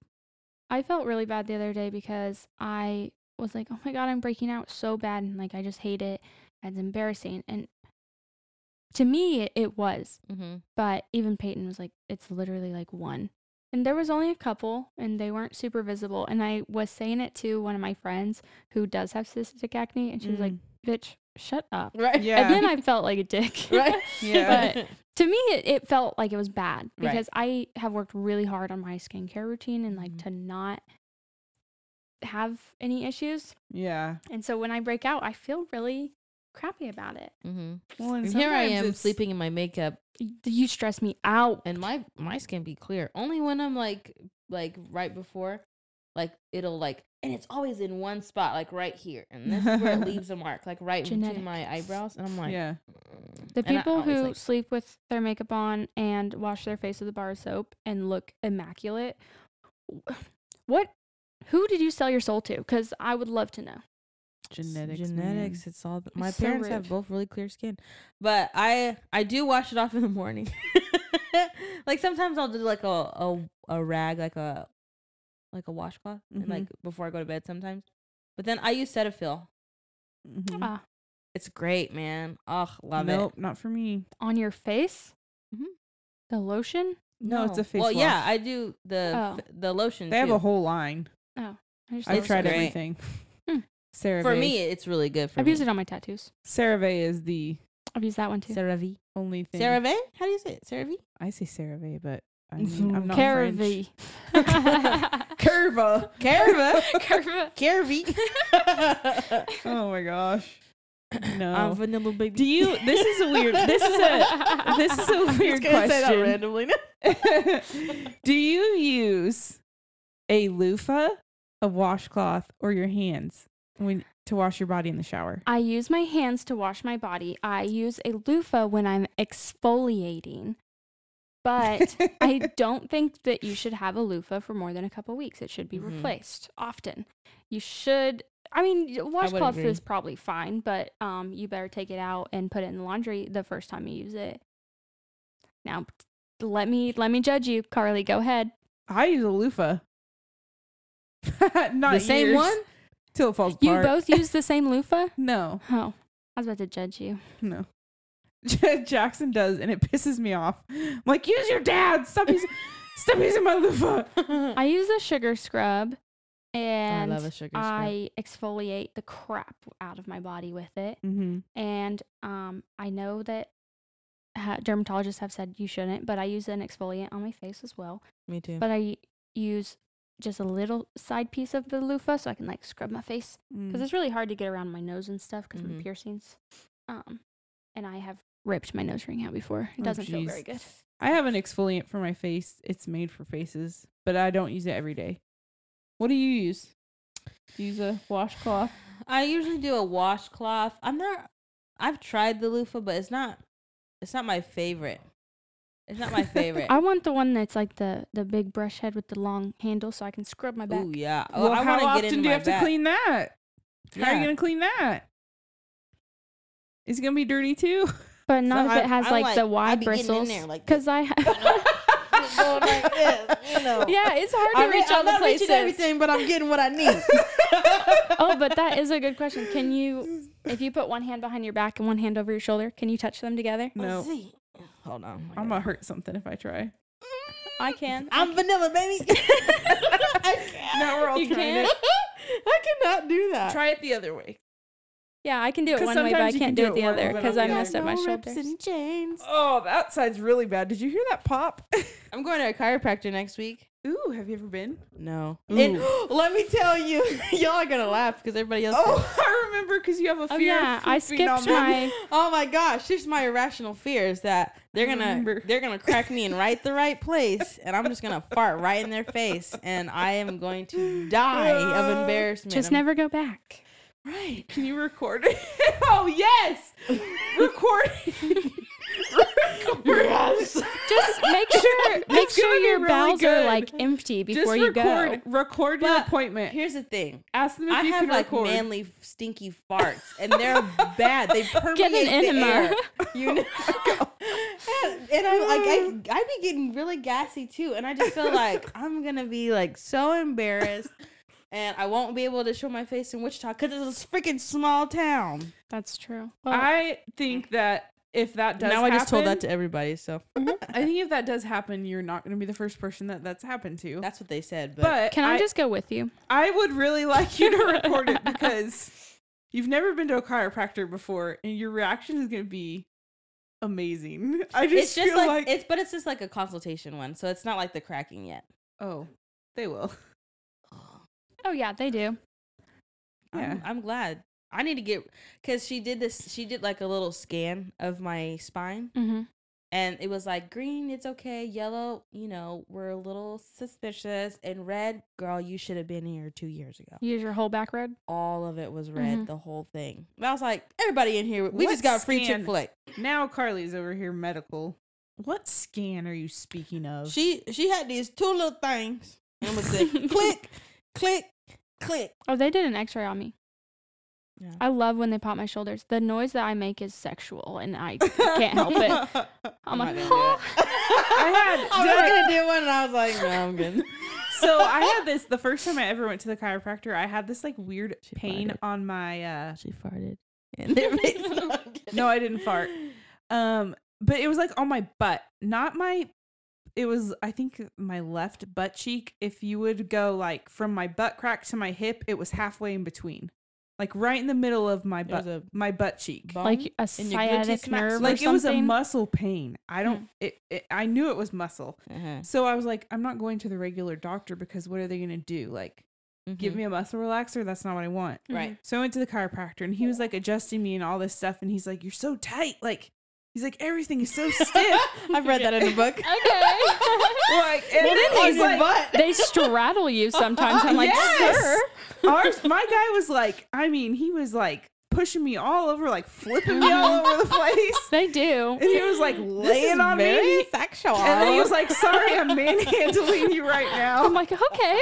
Speaker 4: I felt really bad the other day because I was like, oh my God, I'm breaking out so bad. And like, I just hate it. and It's embarrassing. And to me, it, it was.
Speaker 2: Mhm.
Speaker 4: But even Peyton was like, it's literally like one. And there was only a couple and they weren't super visible. And I was saying it to one of my friends who does have cystic acne. And she was like,
Speaker 3: Mm.
Speaker 4: bitch, shut up.
Speaker 2: right,
Speaker 3: Yeah.
Speaker 4: And then I felt like a dick.
Speaker 2: right,
Speaker 3: Yeah.
Speaker 4: But to me, it, it felt like it was bad
Speaker 2: Right.
Speaker 4: because I have worked really hard on my skincare routine and like
Speaker 3: Mhm.
Speaker 4: to not have any issues.
Speaker 3: yeah.
Speaker 4: And so when I break out, I feel really crappy about it.
Speaker 2: mm-hmm.
Speaker 3: Well, and
Speaker 2: And here I
Speaker 3: sometimes
Speaker 2: am
Speaker 3: it's-
Speaker 2: sleeping in my makeup,
Speaker 4: Y- You stress me out.
Speaker 2: and my my skin be clear only when I'm like like right before, like it'll like, and it's always in one spot, like right here, and this is where it leaves a mark, like right
Speaker 4: Genetic.
Speaker 2: between my eyebrows, and I'm like,
Speaker 3: Yeah.
Speaker 2: "Mm."
Speaker 4: The
Speaker 2: And I
Speaker 4: people
Speaker 2: always,
Speaker 4: who
Speaker 2: like,
Speaker 4: sleep with their makeup on and wash their face with a bar of soap and look immaculate, w- what? Who did you sell your soul to? Because I would love to know.
Speaker 2: It's
Speaker 3: Genetics.
Speaker 2: genetics it's all th- my
Speaker 4: It's so
Speaker 2: parents
Speaker 4: rude.
Speaker 2: have both really clear skin but i i do wash it off in the morning like sometimes i'll do like a a, a rag like a like a washcloth
Speaker 3: Mhm.
Speaker 2: and like before i go to bed sometimes but then i use cetaphil
Speaker 3: man. Mhm.
Speaker 4: Ah,
Speaker 2: it's great man ugh love
Speaker 3: nope,
Speaker 2: it
Speaker 3: not for me.
Speaker 4: on your face,
Speaker 2: Mhm.
Speaker 4: the lotion.
Speaker 3: No, it's a face
Speaker 2: well yeah
Speaker 3: wash.
Speaker 2: i do the
Speaker 4: Oh.
Speaker 2: f- the lotion
Speaker 3: They have a
Speaker 2: too.
Speaker 3: whole line.
Speaker 4: just
Speaker 3: I tried
Speaker 4: love soap.
Speaker 2: great.
Speaker 3: everything.
Speaker 4: Hmm.
Speaker 3: Sarah
Speaker 2: for me it's really good for
Speaker 4: I've
Speaker 2: me
Speaker 4: used it on my tattoos.
Speaker 3: CeraVe is the
Speaker 4: I've used that one too.
Speaker 2: CeraVe.
Speaker 3: only thing.
Speaker 2: CeraVe? How do you say it? CeraVe?
Speaker 3: I say CeraVe, but I mean, I'm not French.
Speaker 4: CeraVe.
Speaker 3: Curva.
Speaker 2: CeraVe.
Speaker 4: CeraVe.
Speaker 2: CeraVe.
Speaker 3: Oh my gosh. No.
Speaker 2: I'm vanilla baby.
Speaker 3: Do you? This is a weird. This is a. This is a weird question.
Speaker 2: randomly.
Speaker 3: Do you use a loofah, a washcloth, or your hands when to wash your body in the shower?
Speaker 4: I use my hands to wash my body. I use a loofah when I'm exfoliating. But I don't think that you should have a loofah for more than a couple weeks. It should be
Speaker 2: Mhm.
Speaker 4: replaced often. You should I mean y- washcloth
Speaker 2: agree.
Speaker 4: is probably fine, but um you better take it out and put it in the laundry the first time you use it. Now p- let me let me judge you, Carly. Go ahead.
Speaker 3: I use a loofah. Not
Speaker 2: the same
Speaker 3: yours.
Speaker 2: one?
Speaker 3: till it falls
Speaker 4: You
Speaker 3: apart.
Speaker 4: both use the same loofah?
Speaker 3: No,
Speaker 4: Oh. I was about to judge you.
Speaker 3: no. Jackson does, and it pisses me off. I'm like, use your dad. Stop using. stop using my loofah.
Speaker 4: I use a sugar scrub and
Speaker 2: I love a sugar scrub.
Speaker 4: I exfoliate the crap out of my body with it.
Speaker 3: Mm-hmm.
Speaker 4: And um, I know that ha- dermatologists have said you shouldn't, but I use an exfoliant on my face as well.
Speaker 2: Me too.
Speaker 4: But I use just a little side piece of the loofah so I can like scrub my face
Speaker 3: Mm.
Speaker 2: Mm.
Speaker 4: because it's really hard to get around my nose and stuff because my
Speaker 2: Mhm.
Speaker 4: piercings. Um, and I have ripped my nose ring out before. It
Speaker 3: Oh,
Speaker 4: doesn't feel
Speaker 3: jeez.
Speaker 4: very good.
Speaker 3: I have an exfoliant for my face. It's made for faces, but I don't use it every day. What do you use? Do you use a washcloth?
Speaker 2: I usually do a washcloth. I'm not. I've tried the loofah, but it's not. It's not my favorite. It's not my favorite.
Speaker 4: I want the one that's like the the big brush head with the long handle so I can scrub my back.
Speaker 2: Ooh yeah. Oh,
Speaker 3: well,
Speaker 2: I
Speaker 3: how
Speaker 2: want to
Speaker 3: often
Speaker 2: get into
Speaker 3: do you
Speaker 2: my
Speaker 3: have
Speaker 2: back.
Speaker 3: to clean that? How are you
Speaker 2: Yeah.
Speaker 3: gonna clean that? Is it gonna be dirty too?
Speaker 4: But not
Speaker 2: So
Speaker 4: if it
Speaker 2: I-
Speaker 4: has
Speaker 2: I'm
Speaker 4: like,
Speaker 2: like- I
Speaker 4: the wide
Speaker 2: be getting in
Speaker 4: bristles.
Speaker 2: there like
Speaker 4: Because I
Speaker 2: Going like this, you know.
Speaker 4: yeah, it's hard to
Speaker 2: I
Speaker 4: reach all
Speaker 2: am
Speaker 4: the
Speaker 2: not
Speaker 4: places.
Speaker 2: reaching everything, but I'm getting what I need.
Speaker 4: Oh, but that is a good question. Can you, if you put one hand behind your back and one hand over your shoulder, can you touch them together?
Speaker 3: No,
Speaker 2: Hold on.
Speaker 3: I'm gonna hurt something if I try.
Speaker 4: I can.
Speaker 2: I'm vanilla, baby. I can't.
Speaker 3: Now we're all
Speaker 4: You
Speaker 3: trying
Speaker 4: can't?
Speaker 3: it.
Speaker 2: I cannot do that.
Speaker 3: Try it the other way.
Speaker 4: Yeah, I can do it
Speaker 3: 'Cause
Speaker 4: one way, but I
Speaker 3: sometimes you can
Speaker 4: can't do
Speaker 3: do
Speaker 4: it
Speaker 3: it
Speaker 4: the
Speaker 3: one
Speaker 4: other
Speaker 3: way, but
Speaker 4: because
Speaker 3: not
Speaker 4: I
Speaker 3: the
Speaker 4: messed
Speaker 3: other.
Speaker 4: up my
Speaker 2: No rips
Speaker 4: shoulders.
Speaker 2: and chains.
Speaker 3: Oh, that side's really bad. Did you hear that pop?
Speaker 2: I'm going to a chiropractor next week.
Speaker 3: Ooh, have you ever been?
Speaker 2: No. And let me tell you, y'all are gonna laugh because everybody else.
Speaker 3: Oh, I remember because you have a fear.
Speaker 4: Oh yeah,
Speaker 3: of
Speaker 4: I
Speaker 3: pooping on
Speaker 4: skipped
Speaker 3: me.
Speaker 4: my.
Speaker 2: Oh my gosh, here's my irrational fear is that they're gonna
Speaker 3: remember.
Speaker 2: they're gonna crack me in right the right place and I'm just gonna fart right in their face and I am going to die of embarrassment.
Speaker 4: Uh, Just
Speaker 2: I'm-
Speaker 4: never go back.
Speaker 2: right.
Speaker 3: Can you record it? oh yes, record. yes.
Speaker 4: Just make sure, make
Speaker 3: It's
Speaker 4: sure
Speaker 3: gonna be
Speaker 4: your
Speaker 3: really
Speaker 4: bowels
Speaker 3: good.
Speaker 4: are like empty
Speaker 3: Just
Speaker 4: before you
Speaker 3: record.
Speaker 4: go.
Speaker 3: Record your
Speaker 2: But
Speaker 3: appointment.
Speaker 2: Here's the thing.
Speaker 3: Ask them if
Speaker 2: I
Speaker 3: you
Speaker 2: have
Speaker 3: can
Speaker 2: like
Speaker 3: record.
Speaker 2: manly stinky farts and they're bad. They permeate
Speaker 4: Get an
Speaker 2: the air.
Speaker 4: enema.
Speaker 2: You know, and, and I'm like, I I be getting really gassy too, and I just feel like I'm gonna be like so embarrassed, and I won't be able to show my face in Wichita because it's a freaking small town.
Speaker 4: That's true.
Speaker 3: I think that if that does
Speaker 2: now
Speaker 3: happen,
Speaker 2: I just told that to everybody, so
Speaker 3: I think if that does happen, you're not going to be the first person that that's happened to.
Speaker 2: that's what they said. But,
Speaker 3: but
Speaker 4: can I, just go with you?
Speaker 3: I would really like you to record it because you've never been to a chiropractor before, and your reaction is going to be amazing. I just,
Speaker 2: it's just
Speaker 3: feel
Speaker 2: like,
Speaker 3: like,
Speaker 2: it's, but it's just like a consultation one, so it's not like the cracking yet.
Speaker 3: oh, they will.
Speaker 4: Oh yeah, they do.
Speaker 2: I'm,
Speaker 3: Yeah.
Speaker 2: I'm glad. I need to get because she did this. She did like a little scan of my spine,
Speaker 4: Mm-hmm.
Speaker 2: and it was like green, it's okay. Yellow, you know, we're a little suspicious, and red, girl, you should have been here two years ago.
Speaker 4: Use your whole back road.
Speaker 2: All of it was red,
Speaker 4: Mhm.
Speaker 2: the whole thing. And I was like, everybody in here, we
Speaker 3: Mm-hmm. What
Speaker 2: just got free
Speaker 3: scan?
Speaker 2: Chick Fil A.
Speaker 3: Now Carly's over here medical. What scan are you speaking of?
Speaker 2: She she had these two little things, and it was like click, click, click.
Speaker 4: Oh, they did an X-ray on me.
Speaker 2: Yeah.
Speaker 4: I love when they pop my shoulders. The noise that I make is sexual, and I can't help it. I'm,
Speaker 2: not
Speaker 4: like,
Speaker 2: gonna do
Speaker 4: huh?
Speaker 3: I had
Speaker 2: I was gonna do one, and I was like, no, I'm good.
Speaker 3: so I had this the first time I ever went to the chiropractor. I had this like weird
Speaker 2: She
Speaker 3: pain
Speaker 2: farted.
Speaker 3: on my uh
Speaker 2: She farted, and it makes
Speaker 3: No, I didn't fart. Um, but it was like on my butt, not my. It was, I think, my left butt cheek. If you would go like from my butt crack to my hip, it was halfway in between, like right in the middle of my butt,
Speaker 2: a
Speaker 3: my butt cheek.
Speaker 4: Like a
Speaker 2: in your Gucci
Speaker 4: sciatic
Speaker 2: smacks.
Speaker 4: nerve,
Speaker 3: Like
Speaker 4: or
Speaker 3: it was a
Speaker 4: something. Hmm.
Speaker 3: muscle pain. I don't. It, it. I knew it was muscle.
Speaker 4: Uh-huh.
Speaker 3: So I was like, I'm not going to the regular doctor because what are they going to do? Like, give
Speaker 4: Mm-hmm.
Speaker 3: me a muscle relaxer? That's not what I want.
Speaker 2: right.
Speaker 3: So I went to the chiropractor and he was like adjusting me and all this stuff. And he's like, You're so tight. Like, he's like, Everything is so stiff.
Speaker 2: I've read that in a book.
Speaker 4: Okay.
Speaker 3: like, and then
Speaker 4: Well, then
Speaker 3: he's
Speaker 4: he's
Speaker 3: like,
Speaker 4: they straddle you sometimes. I'm like,
Speaker 3: Yes!
Speaker 4: sir.
Speaker 3: Ours, my guy was like, I mean, he was like pushing me all over, like flipping me all over the place.
Speaker 4: They do.
Speaker 3: And he was like laying on me.
Speaker 2: sexual.
Speaker 3: And then he was like, Sorry, I'm manhandling you right
Speaker 4: I'm
Speaker 3: now.
Speaker 4: like, okay.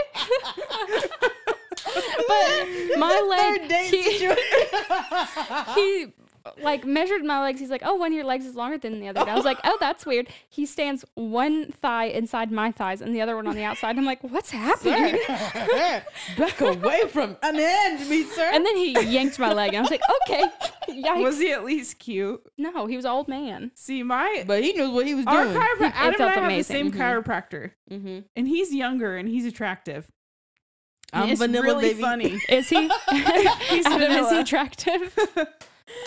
Speaker 4: but my leg, he, he like measured my legs. He's like, oh, one of your legs is longer than the other. And I was like, oh, that's weird. He stands one thigh inside my thighs and the other one on the outside. I'm like, what's happening?
Speaker 2: back away from unhand me, sir.
Speaker 4: And then he yanked my leg, and I was like, okay, yikes.
Speaker 3: Was he at least cute?
Speaker 4: no, he was an old man.
Speaker 3: See, my.
Speaker 2: but he knew what he was
Speaker 3: Our
Speaker 2: doing.
Speaker 3: chiropractor, Adam and I
Speaker 4: felt
Speaker 3: have the
Speaker 4: amazing.
Speaker 3: same
Speaker 4: Mhm.
Speaker 3: chiropractor,
Speaker 2: mm-hmm.
Speaker 3: and he's younger and he's attractive.
Speaker 2: I'm
Speaker 3: it's
Speaker 2: vanilla
Speaker 3: really
Speaker 2: baby.
Speaker 3: funny.
Speaker 4: Is he? Adam, is he
Speaker 3: vanilla.
Speaker 4: attractive?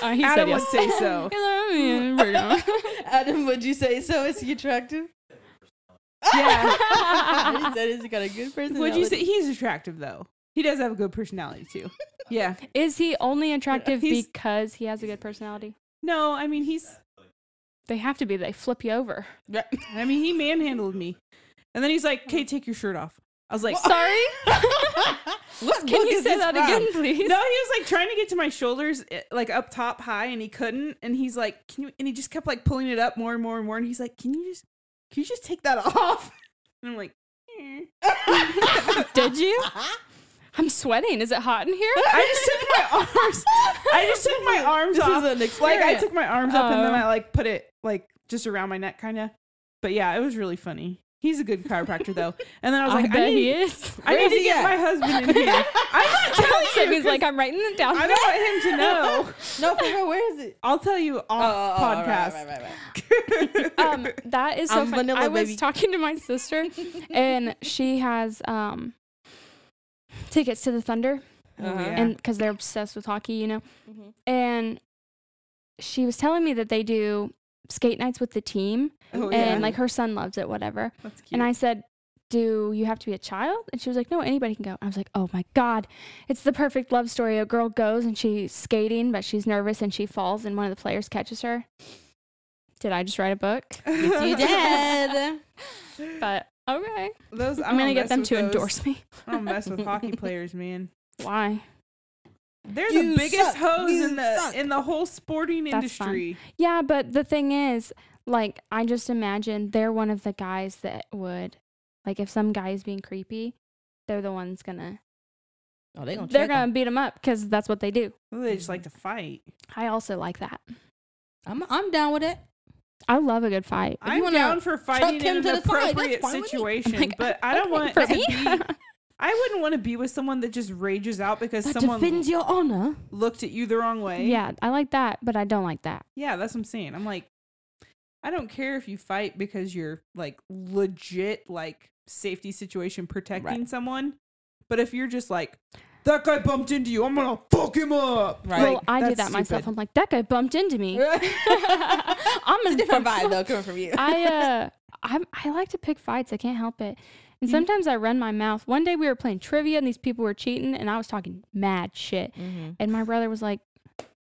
Speaker 4: Uh, he
Speaker 3: Adam
Speaker 4: said yes.
Speaker 3: would say so.
Speaker 4: He's like, "Mm, we're gonna-"
Speaker 2: Adam, would you say so? Is he attractive?
Speaker 3: yeah.
Speaker 2: he said he's got a good personality.
Speaker 3: Would you say he's attractive though? He does have a good personality too. Yeah.
Speaker 4: Is he only attractive
Speaker 3: He's-
Speaker 4: because he has a good personality?
Speaker 3: No, I mean he's.
Speaker 4: They have to be. They flip you over.
Speaker 3: I mean he manhandled me, and then he's like, "Okay, take your shirt off." I was like,
Speaker 4: Sorry.
Speaker 2: What
Speaker 4: Can
Speaker 2: book
Speaker 4: you
Speaker 2: is
Speaker 4: say
Speaker 2: this
Speaker 4: that
Speaker 2: from?
Speaker 4: again, please?
Speaker 3: "No." He was like trying to get to my shoulders, eh, like up top high, and he couldn't. And he's like, "Can you?" And he just kept like pulling it up more and more and more. And he's like, "Can you just? Can you just take that off?" And I'm like, eh.
Speaker 4: Did you? I'm sweating. Is it hot in here?
Speaker 3: I just took my arms. I just took my arms
Speaker 2: This
Speaker 3: off.
Speaker 2: is an
Speaker 3: like
Speaker 2: experience.
Speaker 3: I took my arms up and then
Speaker 4: Oh.
Speaker 3: I like put it like just around my neck, kind of. But yeah, it was really funny. He's a good chiropractor though. And then I was like, I,
Speaker 4: bet he
Speaker 3: need,
Speaker 4: is.
Speaker 3: I
Speaker 2: Where
Speaker 3: need
Speaker 2: is
Speaker 3: to
Speaker 2: he
Speaker 3: get
Speaker 2: at?
Speaker 3: my husband in here. I'm not telling you.
Speaker 4: Sammy's like, I'm writing it down.
Speaker 3: I don't want him to know.
Speaker 2: no, for real, where is it?
Speaker 3: I'll tell you off
Speaker 2: oh, all right,
Speaker 3: podcast.
Speaker 2: right, right, right.
Speaker 4: um, that is so
Speaker 2: I'm
Speaker 4: funny.
Speaker 2: vanilla,
Speaker 4: I was
Speaker 2: baby.
Speaker 4: talking to my sister, and she has um tickets to the Thunder,
Speaker 2: Uh-huh.
Speaker 3: yeah.
Speaker 4: and because they're obsessed with hockey, you know.
Speaker 2: Mhm.
Speaker 4: And she was telling me that they do skate nights with the team,
Speaker 3: Oh,
Speaker 4: and
Speaker 3: yeah.
Speaker 4: like her son loves it, whatever.
Speaker 3: That's cute.
Speaker 4: And I said. Do you have to be a child? And she was like, No, anybody can go. I was like, Oh my God, it's the perfect love story. A girl goes and she's skating, but she's nervous and she falls, and one of the players catches her. Did I just write a book?
Speaker 2: Yes, you did.
Speaker 4: But okay.
Speaker 3: Those, I don't
Speaker 4: I'm
Speaker 3: mess
Speaker 4: gonna get them
Speaker 3: with
Speaker 4: to
Speaker 3: those.
Speaker 4: endorse me.
Speaker 3: I don't mess with hockey players, man.
Speaker 4: Why?
Speaker 3: They're
Speaker 2: You
Speaker 3: the biggest
Speaker 2: suck.
Speaker 3: hoes
Speaker 2: You
Speaker 3: in the
Speaker 2: suck.
Speaker 3: in the whole sporting
Speaker 4: That's fine.
Speaker 3: industry.
Speaker 4: Yeah, but the thing is, like, I just imagine they're one of the guys that would, like, if some guy is being creepy, they're the ones gonna
Speaker 2: Oh, they gonna
Speaker 4: they're
Speaker 2: check 'em.
Speaker 4: gonna beat him up because that's what they do.
Speaker 3: They just like to fight.
Speaker 4: I also like that.
Speaker 2: I'm I'm down with it.
Speaker 4: I love a good fight.
Speaker 2: If you
Speaker 3: I'm
Speaker 2: wanna
Speaker 3: down for fighting
Speaker 2: him
Speaker 3: in
Speaker 2: to
Speaker 3: an
Speaker 2: the side, that's
Speaker 3: appropriate
Speaker 2: fine with me.
Speaker 3: situation,
Speaker 4: I'm like,
Speaker 3: but I don't
Speaker 4: okay,
Speaker 3: want
Speaker 4: for
Speaker 3: to
Speaker 4: me?
Speaker 3: be. I wouldn't want to be with someone that just rages out because someone
Speaker 2: your honor.
Speaker 3: looked at you the wrong way.
Speaker 4: yeah, I like that, but I don't like that.
Speaker 3: yeah, that's what I'm saying. I'm like, I don't care if you fight because you're like legit, like safety situation protecting someone, but if you're just like. That guy bumped into you. I'm gonna fuck him up.
Speaker 2: Right.
Speaker 4: well,
Speaker 3: Like,
Speaker 4: I do that
Speaker 3: that's
Speaker 4: myself.
Speaker 3: stupid.
Speaker 4: I'm like, that guy bumped into me. I'm
Speaker 2: It's a
Speaker 4: in
Speaker 2: different vibe though, coming from you.
Speaker 4: I uh I'm, I like to pick fights. I can't help it. And
Speaker 3: Mhm.
Speaker 4: sometimes I run my mouth. One day we were playing trivia and these people were cheating and I was talking mad shit.
Speaker 2: Mhm.
Speaker 4: And my brother was like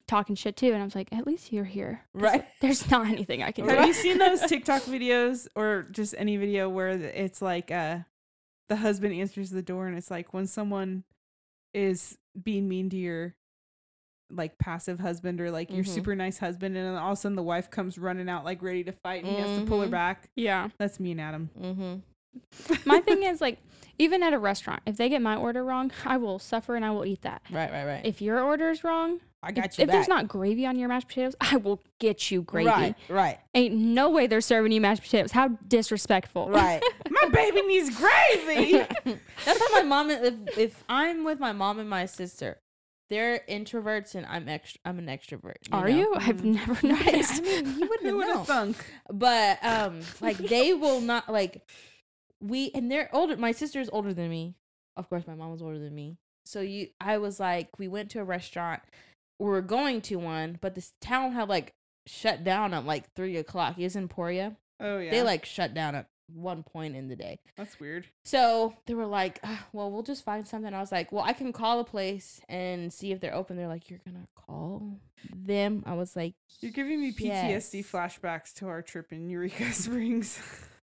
Speaker 4: talking shit too and I was like, "At least you're here."
Speaker 2: Right.
Speaker 4: There's not anything I can do.
Speaker 3: Have you seen those TikTok videos or just any video where th- it's like uh the husband answers the door and it's like when someone is being mean to your like passive husband or like your
Speaker 2: Mhm.
Speaker 3: super nice husband and then all of a sudden the wife comes running out like ready to fight and he has to pull her
Speaker 2: Mhm.
Speaker 3: back.
Speaker 4: Yeah.
Speaker 3: That's me and Adam.
Speaker 2: Mm-hmm.
Speaker 4: My thing is like even at a restaurant, if they get my order wrong, I will suffer and I will eat that.
Speaker 2: Right, right, right.
Speaker 4: If your order is wrong,
Speaker 2: I
Speaker 4: if,
Speaker 2: got you.
Speaker 4: if there's
Speaker 2: back.
Speaker 4: not gravy on your mashed potatoes, I will get you gravy.
Speaker 2: right, right,
Speaker 4: Ain't no way they're serving you mashed potatoes. How disrespectful.
Speaker 2: right.
Speaker 3: My baby needs gravy.
Speaker 2: That's how my mom. and- If if I'm with my mom and my sister, they're introverts and I'm extra. I'm an extrovert.
Speaker 4: Are
Speaker 2: know? Mm-hmm.
Speaker 4: you? I've never
Speaker 2: I
Speaker 4: noticed.
Speaker 2: mean, you wouldn't
Speaker 3: Who would have
Speaker 2: know.
Speaker 3: thunk?
Speaker 2: but um like they will not like we and they're older my sister's older than me of course my mom was older than me so you i was like we went to a restaurant we were going to one but this town had like shut down at like three o'clock it was emporia
Speaker 3: Oh yeah.
Speaker 2: they like shut down at one point in the day
Speaker 3: That's weird.
Speaker 2: so they were like, "Ah, well, we'll just find something. I was like, well, I can call a place and see if they're open. They're like, you're going to call them? I was like,
Speaker 3: You're giving me PTSD
Speaker 2: Yes.
Speaker 3: flashbacks to our trip in Eureka Springs.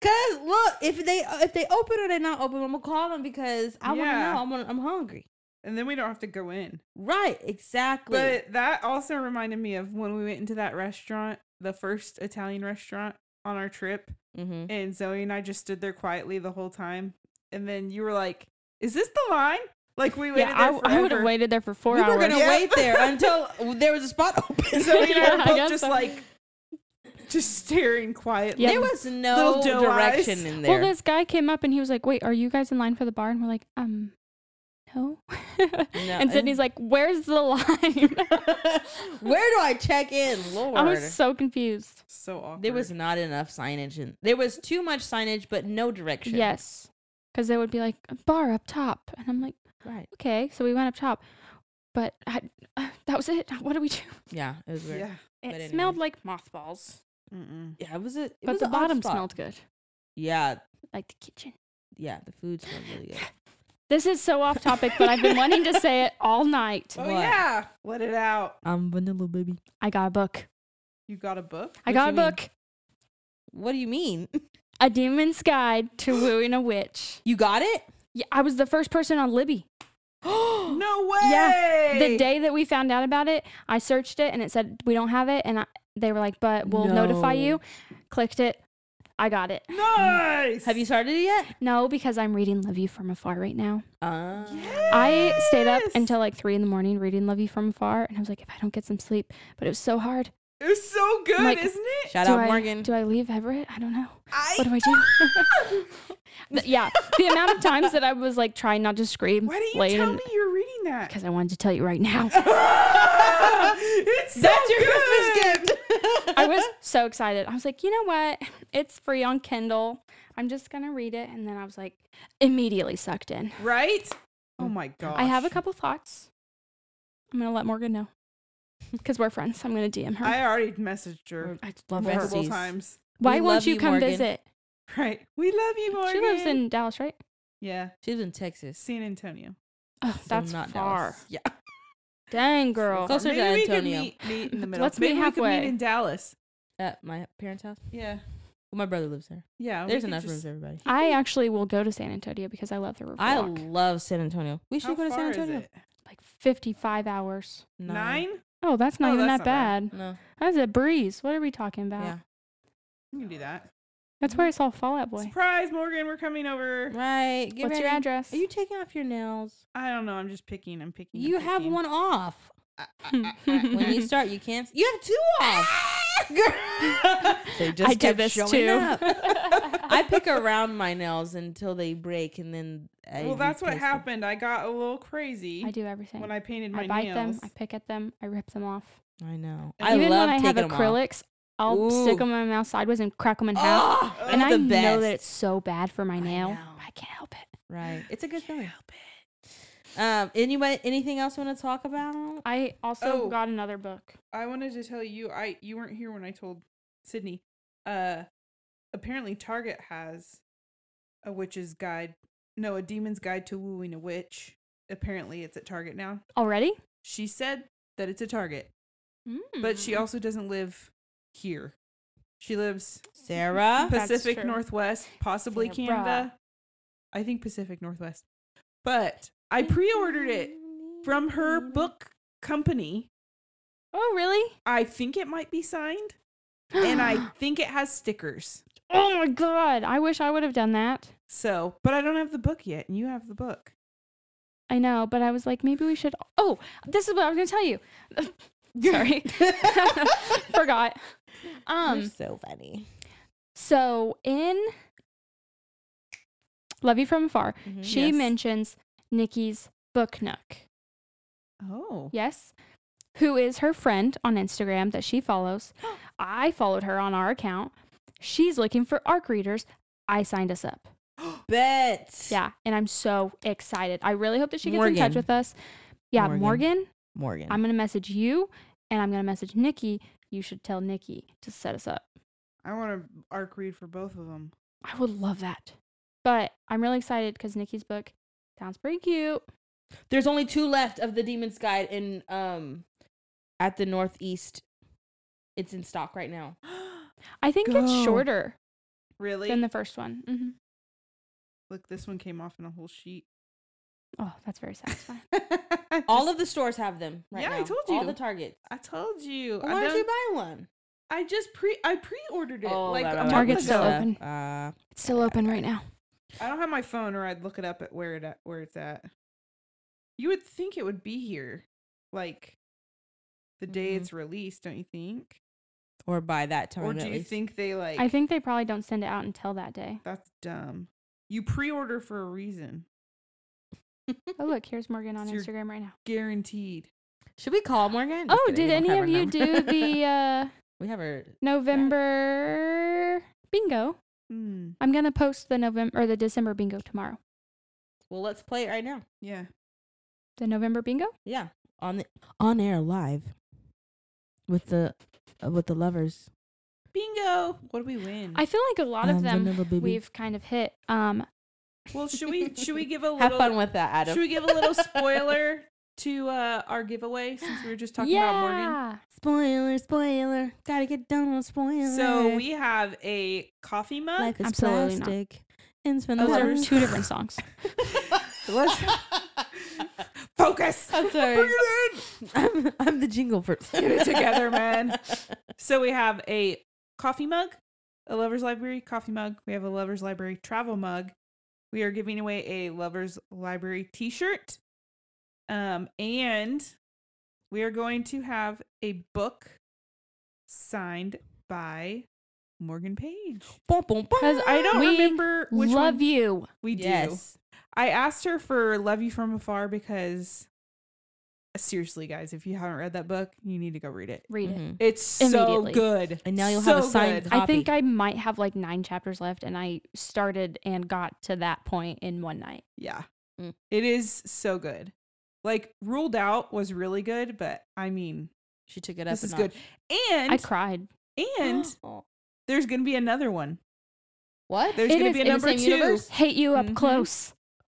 Speaker 2: Cause look, if they if they open or they're not open, I'm gonna call them because I
Speaker 3: Yeah.
Speaker 2: want to know. I'm gonna, I'm hungry.
Speaker 3: and then we don't have to go in.
Speaker 2: Right, exactly.
Speaker 3: But that also reminded me of when we went into that restaurant, the first Italian restaurant on our trip,
Speaker 2: mm-hmm.
Speaker 3: and Zoe and I just stood there quietly the whole time. And then you were like, "Is this the line?" Like we waited
Speaker 4: yeah,
Speaker 3: there
Speaker 4: I, I would have
Speaker 3: forever.
Speaker 4: waited there for four
Speaker 2: we were
Speaker 4: hours.
Speaker 2: gonna
Speaker 3: Yeah.
Speaker 2: wait there until there was a spot open.
Speaker 3: Zoe and I
Speaker 4: Yeah,
Speaker 3: were
Speaker 4: I
Speaker 3: both
Speaker 4: guess
Speaker 3: just
Speaker 4: so.
Speaker 3: like, just staring quietly.
Speaker 4: Yeah.
Speaker 2: There was no
Speaker 3: doe
Speaker 2: direction
Speaker 3: eyes.
Speaker 2: in
Speaker 4: well,
Speaker 2: there.
Speaker 4: this guy came up and he was like, "Wait, are you guys in line for the bar?" And we're like, "Um, no." and Sydney's like, "Where's the line?"
Speaker 2: Where do I check in, Lord?
Speaker 4: I was so confused.
Speaker 3: So awkward.
Speaker 2: there was not enough signage, and there was too much signage, but no direction.
Speaker 4: Yes, because they would be like, "Bar up top," and I'm like,
Speaker 2: right.
Speaker 4: "Okay." So we went up top, but I, uh, that was it. What do we do?
Speaker 2: Yeah, it was weird.
Speaker 3: Yeah.
Speaker 4: It
Speaker 2: But
Speaker 4: smelled like mothballs,
Speaker 3: Mm-mm.
Speaker 2: Yeah, it was a. It
Speaker 4: but
Speaker 2: was
Speaker 4: the
Speaker 2: an odd
Speaker 4: bottom
Speaker 2: spot.
Speaker 4: smelled good,
Speaker 2: Yeah,
Speaker 4: like the kitchen.
Speaker 2: yeah, the food smelled really good.
Speaker 4: This is so off topic, but I've been wanting to say it all night.
Speaker 3: Oh
Speaker 2: What?
Speaker 3: yeah, let it out.
Speaker 2: I'm vanilla, baby.
Speaker 4: I got a book.
Speaker 3: You got a book?
Speaker 4: I
Speaker 2: What
Speaker 4: got
Speaker 2: you
Speaker 4: a
Speaker 2: mean?
Speaker 4: book.
Speaker 2: What do you mean?
Speaker 4: A Demon's Guide to Wooing a Witch.
Speaker 2: You got it?
Speaker 4: Yeah, I was the first person on Libby.
Speaker 2: no.
Speaker 3: No way.
Speaker 4: Yeah, The day that we found out about it, I searched it and it said we don't have it, and I, they were like, "But we'll notify you." Clicked it. I got it.
Speaker 3: Nice.
Speaker 2: Have you started it yet?
Speaker 4: No, because I'm reading Love You From Afar right now.
Speaker 2: Uh,
Speaker 4: I stayed up
Speaker 3: Yes.
Speaker 4: until like three in the morning reading Love You From Afar, and I was like, if I don't get some sleep, but it was so hard.
Speaker 3: It was so good,
Speaker 4: Like-
Speaker 3: isn't it?
Speaker 2: Shout
Speaker 4: do
Speaker 2: out
Speaker 4: I,
Speaker 2: Morgan.
Speaker 4: Do I leave Everett? I don't know.
Speaker 3: I
Speaker 4: What do I do? But yeah, the amount of times that I was like trying not to scream.
Speaker 3: Why didn't you
Speaker 4: late
Speaker 3: tell
Speaker 4: in-
Speaker 3: me you're reading that?
Speaker 4: Because I wanted to tell you right now.
Speaker 3: it's so
Speaker 2: That's your
Speaker 3: good.
Speaker 2: Christmas gift.
Speaker 4: I was so excited. I was like, you know what? It's free on Kindle. I'm just gonna read it, and then I was like, immediately sucked in.
Speaker 3: Right? Oh my gosh.
Speaker 4: I have a couple thoughts. I'm gonna let Morgan know because we're friends. I'm gonna DM her.
Speaker 3: I already messaged her
Speaker 2: I love
Speaker 3: multiple
Speaker 2: besties.
Speaker 3: times.
Speaker 4: Why
Speaker 2: We
Speaker 4: won't
Speaker 2: love
Speaker 4: you
Speaker 2: you,
Speaker 4: come
Speaker 2: Morgan.
Speaker 4: visit?
Speaker 3: Right. We love you, Morgan.
Speaker 4: She lives in Dallas, right?
Speaker 3: yeah
Speaker 2: She was in Texas.
Speaker 3: San Antonio.
Speaker 4: Oh,
Speaker 2: so
Speaker 4: that's
Speaker 2: not
Speaker 4: far.
Speaker 2: Dallas. Yeah.
Speaker 4: Dang, girl.
Speaker 2: Closer to
Speaker 3: Maybe we could
Speaker 2: Antonio.
Speaker 3: meet, meet in the middle.
Speaker 4: Let's meet
Speaker 3: Maybe we could meet
Speaker 4: halfway.
Speaker 3: in Dallas.
Speaker 2: At my parents' house.
Speaker 3: Yeah.
Speaker 2: Well, my brother lives there.
Speaker 3: Yeah. Uh, we
Speaker 2: There's
Speaker 3: could
Speaker 2: enough room
Speaker 3: just-
Speaker 2: for everybody.
Speaker 4: I actually will go to San Antonio because I love the river
Speaker 2: I
Speaker 4: walk.
Speaker 2: love San Antonio. We should
Speaker 3: How
Speaker 2: go to San
Speaker 3: far is
Speaker 2: Antonio.
Speaker 3: it?
Speaker 4: Like 55 hours.
Speaker 3: Nine?
Speaker 4: Oh, that's not
Speaker 3: Oh,
Speaker 4: even
Speaker 3: that's
Speaker 4: that
Speaker 3: not
Speaker 4: bad.
Speaker 2: No.
Speaker 4: That's a breeze. What are we talking about?
Speaker 2: Yeah.
Speaker 3: You can do that.
Speaker 4: That's where I saw Fallout Boy.
Speaker 3: Surprise, Morgan. We're coming over.
Speaker 2: Right. Get
Speaker 4: What's your
Speaker 2: ready.
Speaker 4: address?
Speaker 2: Are you taking off your nails?
Speaker 3: I don't know. I'm just picking. I'm picking. I'm
Speaker 2: You have
Speaker 3: picking.
Speaker 2: one off. When you start, you can't. You have two off. They just
Speaker 4: I do
Speaker 2: kept
Speaker 4: this
Speaker 2: showing
Speaker 4: too.
Speaker 2: up. I pick around my nails until they break, and then I
Speaker 3: Well, that's what
Speaker 2: replace them.
Speaker 3: happened. I got a little crazy
Speaker 4: I do everything.
Speaker 3: when I painted my
Speaker 4: I bite
Speaker 3: nails.
Speaker 4: them, I pick at them, I rip them off.
Speaker 2: I know.
Speaker 3: And
Speaker 2: I
Speaker 4: Even
Speaker 2: love
Speaker 4: when I have
Speaker 2: taking 'em off.
Speaker 4: acrylics, I'll 'em stick
Speaker 2: Ooh.
Speaker 4: them in my mouth sideways and crack them in half.
Speaker 2: Oh, that's
Speaker 4: and I
Speaker 2: the
Speaker 4: know
Speaker 2: best.
Speaker 4: that it's so bad for my nail.
Speaker 2: know.
Speaker 4: but I can't help it.
Speaker 2: right. It's a good feeling. Um. Anybody? Anything else you want to talk about?
Speaker 4: I also
Speaker 3: Oh.
Speaker 4: got another book.
Speaker 3: I wanted to tell you, I you weren't here when I told Sydney. Uh, apparently Target has a witch's guide. No, a demon's guide to wooing a witch. Apparently, it's at Target now.
Speaker 4: Already?
Speaker 3: She said that it's a Target, but
Speaker 4: Mm-hmm.
Speaker 3: she also doesn't live here. She lives
Speaker 2: Sarah.
Speaker 4: That's
Speaker 3: Pacific
Speaker 4: true.
Speaker 3: Northwest, possibly
Speaker 4: Sarah.
Speaker 3: Canada. I think Pacific Northwest. But I pre-ordered it from her book company.
Speaker 4: Oh, really?
Speaker 3: I think it might be signed, and I think it has stickers.
Speaker 4: Oh my god! I wish I would have done that.
Speaker 3: So, but I don't have the book yet, and you have the book.
Speaker 4: I know, but I was like, maybe we should. Oh, this is what I was gonna tell you. Sorry, forgot.
Speaker 2: You're
Speaker 4: Um,
Speaker 2: so funny.
Speaker 4: so in Love You From Afar,
Speaker 2: Mhm.
Speaker 4: she
Speaker 3: Yes.
Speaker 4: mentions Nikki's book nook.
Speaker 3: Oh,
Speaker 4: Yes. Who is her friend on Instagram that she follows? I followed her on our account. She's looking for ARC readers. I signed us up.
Speaker 2: Bet.
Speaker 4: Yeah. And I'm so excited. I really hope that she gets in touch
Speaker 2: Morgan.
Speaker 4: with us. Yeah.
Speaker 2: Morgan.
Speaker 4: Morgan,
Speaker 2: Morgan.
Speaker 4: I'm going to message you and I'm going to message Nikki. You should tell Nikki to set us up.
Speaker 3: I want to arc read for both of them.
Speaker 4: I would love that. But I'm really excited because Nikki's book sounds pretty cute.
Speaker 2: There's only two left of the Demon's Guide in um at the northeast. It's in stock right now.
Speaker 4: I think it's
Speaker 3: Go.
Speaker 4: shorter
Speaker 3: really?
Speaker 4: than the first one. hmm
Speaker 3: Look, this one came off in a whole sheet.
Speaker 4: Oh, that's very satisfying.
Speaker 2: All of the stores have them right
Speaker 3: Yeah,
Speaker 2: now.
Speaker 3: I told
Speaker 2: All
Speaker 3: you.
Speaker 2: the Targets.
Speaker 3: I told you.
Speaker 2: Why
Speaker 3: I,
Speaker 2: don't you
Speaker 3: done- Oh,
Speaker 2: buy one?
Speaker 3: I just pre I pre-ordered it like a month
Speaker 4: Target's still
Speaker 3: ago.
Speaker 4: open.
Speaker 2: Uh,
Speaker 4: it's still open right now.
Speaker 3: I don't have my phone, or I'd look it up at where it at, where it's at. You would think it would be here, like the day
Speaker 2: Mhm.
Speaker 3: it's released, don't you think?
Speaker 2: or by that time.
Speaker 3: or do
Speaker 2: at
Speaker 3: you
Speaker 2: least.
Speaker 3: think they like?
Speaker 4: I think they probably don't send it out until that day.
Speaker 3: that's dumb. You pre-order for a reason,
Speaker 4: Oh, look, here's Morgan on
Speaker 3: It's your-
Speaker 4: Instagram right now.
Speaker 3: guaranteed.
Speaker 2: Should we call Morgan? Just
Speaker 4: Oh,
Speaker 2: kidding, we
Speaker 4: did
Speaker 2: don't
Speaker 4: any
Speaker 2: have
Speaker 4: of
Speaker 2: her
Speaker 4: you do
Speaker 2: number.
Speaker 4: the uh,
Speaker 2: we have her.
Speaker 4: November bingo?
Speaker 3: Hmm.
Speaker 4: I'm gonna post the November or the December bingo tomorrow.
Speaker 2: Well, let's play it right now.
Speaker 3: Yeah.
Speaker 4: The November bingo.
Speaker 2: Yeah, on the on air live with the uh, with the lovers.
Speaker 3: Bingo. What do we win?
Speaker 4: I feel like a lot of
Speaker 2: Um,
Speaker 4: them
Speaker 2: vanilla baby.
Speaker 4: we've kind of hit. Um,
Speaker 3: well, should we should we give a little
Speaker 2: Have fun with that, Adam.
Speaker 3: should we give a little spoiler to uh our giveaway since we were just talking
Speaker 4: yeah.
Speaker 3: about Morgan?
Speaker 2: Spoiler, spoiler. Gotta get down on spoiler.
Speaker 3: So we have a coffee mug.
Speaker 2: life is
Speaker 4: Absolutely not.
Speaker 2: plastic. And spend
Speaker 3: Those
Speaker 4: Those are
Speaker 3: Lovers.
Speaker 4: two different songs.
Speaker 3: Focus.
Speaker 2: I'm sorry. I'm, I'm the jingle person.
Speaker 3: Get it together, man. So we have a coffee mug, a Lover's Library coffee mug. We have a Lover's Library travel mug. We are giving away a Lover's Library t shirt. Um, and we are going to have a book signed by Morgan Page.
Speaker 2: Boom, boom, boom.
Speaker 4: Because
Speaker 3: I don't
Speaker 4: We
Speaker 3: remember which
Speaker 4: Love
Speaker 3: one
Speaker 4: you.
Speaker 3: we do.
Speaker 2: Yes.
Speaker 3: I asked her for Love You From Afar because seriously, guys, if you haven't read that book, you need to go read it.
Speaker 4: Read it.
Speaker 2: Mhm.
Speaker 3: It's so
Speaker 4: Immediately.
Speaker 3: good.
Speaker 2: And now you'll
Speaker 3: so
Speaker 2: have a signed
Speaker 3: good.
Speaker 2: copy.
Speaker 4: I think I might have like nine chapters left, and I started and got to that point in one night.
Speaker 3: Yeah.
Speaker 2: Mm.
Speaker 3: It is so good. Like Ruled Out was really good, but I mean,
Speaker 2: she took it up.
Speaker 3: this
Speaker 2: a
Speaker 3: is good.
Speaker 2: notch.
Speaker 3: And
Speaker 4: I cried.
Speaker 3: and there's going to be another one.
Speaker 2: what?
Speaker 3: There's
Speaker 4: It
Speaker 3: going to be a
Speaker 4: is in the
Speaker 3: number
Speaker 2: same
Speaker 3: 2.
Speaker 2: universe?
Speaker 4: Hate you up
Speaker 3: Mhm.
Speaker 4: close,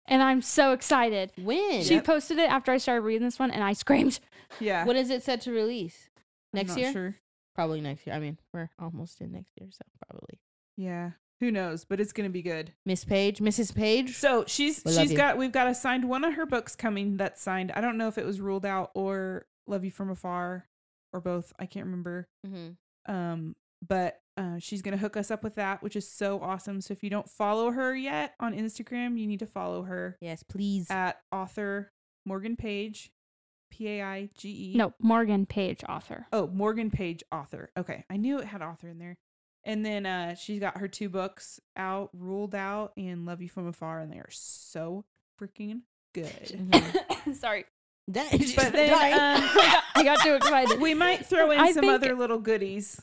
Speaker 4: and I'm so excited.
Speaker 2: When?
Speaker 4: She
Speaker 3: Yep.
Speaker 4: posted it after I started reading this one, and I screamed.
Speaker 3: Yeah.
Speaker 2: When is it set to release?
Speaker 3: I'm
Speaker 2: Next
Speaker 3: not
Speaker 2: year?
Speaker 3: sure.
Speaker 2: Probably next year. I mean, we're almost in next year, so probably.
Speaker 3: Yeah. Who knows, but it's going to be good.
Speaker 2: Miss Page, Mrs. Page.
Speaker 3: So she's
Speaker 2: We love
Speaker 3: she's
Speaker 2: you.
Speaker 3: got we've got a signed one of her books coming that's signed. I don't know if it was ruled out or Love You From Afar or both. I can't remember.
Speaker 2: Mhm.
Speaker 3: Um, but uh, she's gonna hook us up with that, which is so awesome. So if you don't follow her yet on Instagram, you need to follow her
Speaker 2: Yes, please.
Speaker 3: at author Morgan Page, P A I G E.
Speaker 4: No, Morgan Page, author.
Speaker 3: Oh, Morgan Page author. Okay. I knew it had author in there. And then uh she's got her two books out, Ruled Out and Love You From Afar, and they are so freaking good.
Speaker 2: Mhm.
Speaker 4: Sorry,
Speaker 2: That is
Speaker 3: But then, um,
Speaker 4: I got too excited.
Speaker 3: We might throw in
Speaker 4: I
Speaker 3: some
Speaker 4: think-
Speaker 3: other little goodies.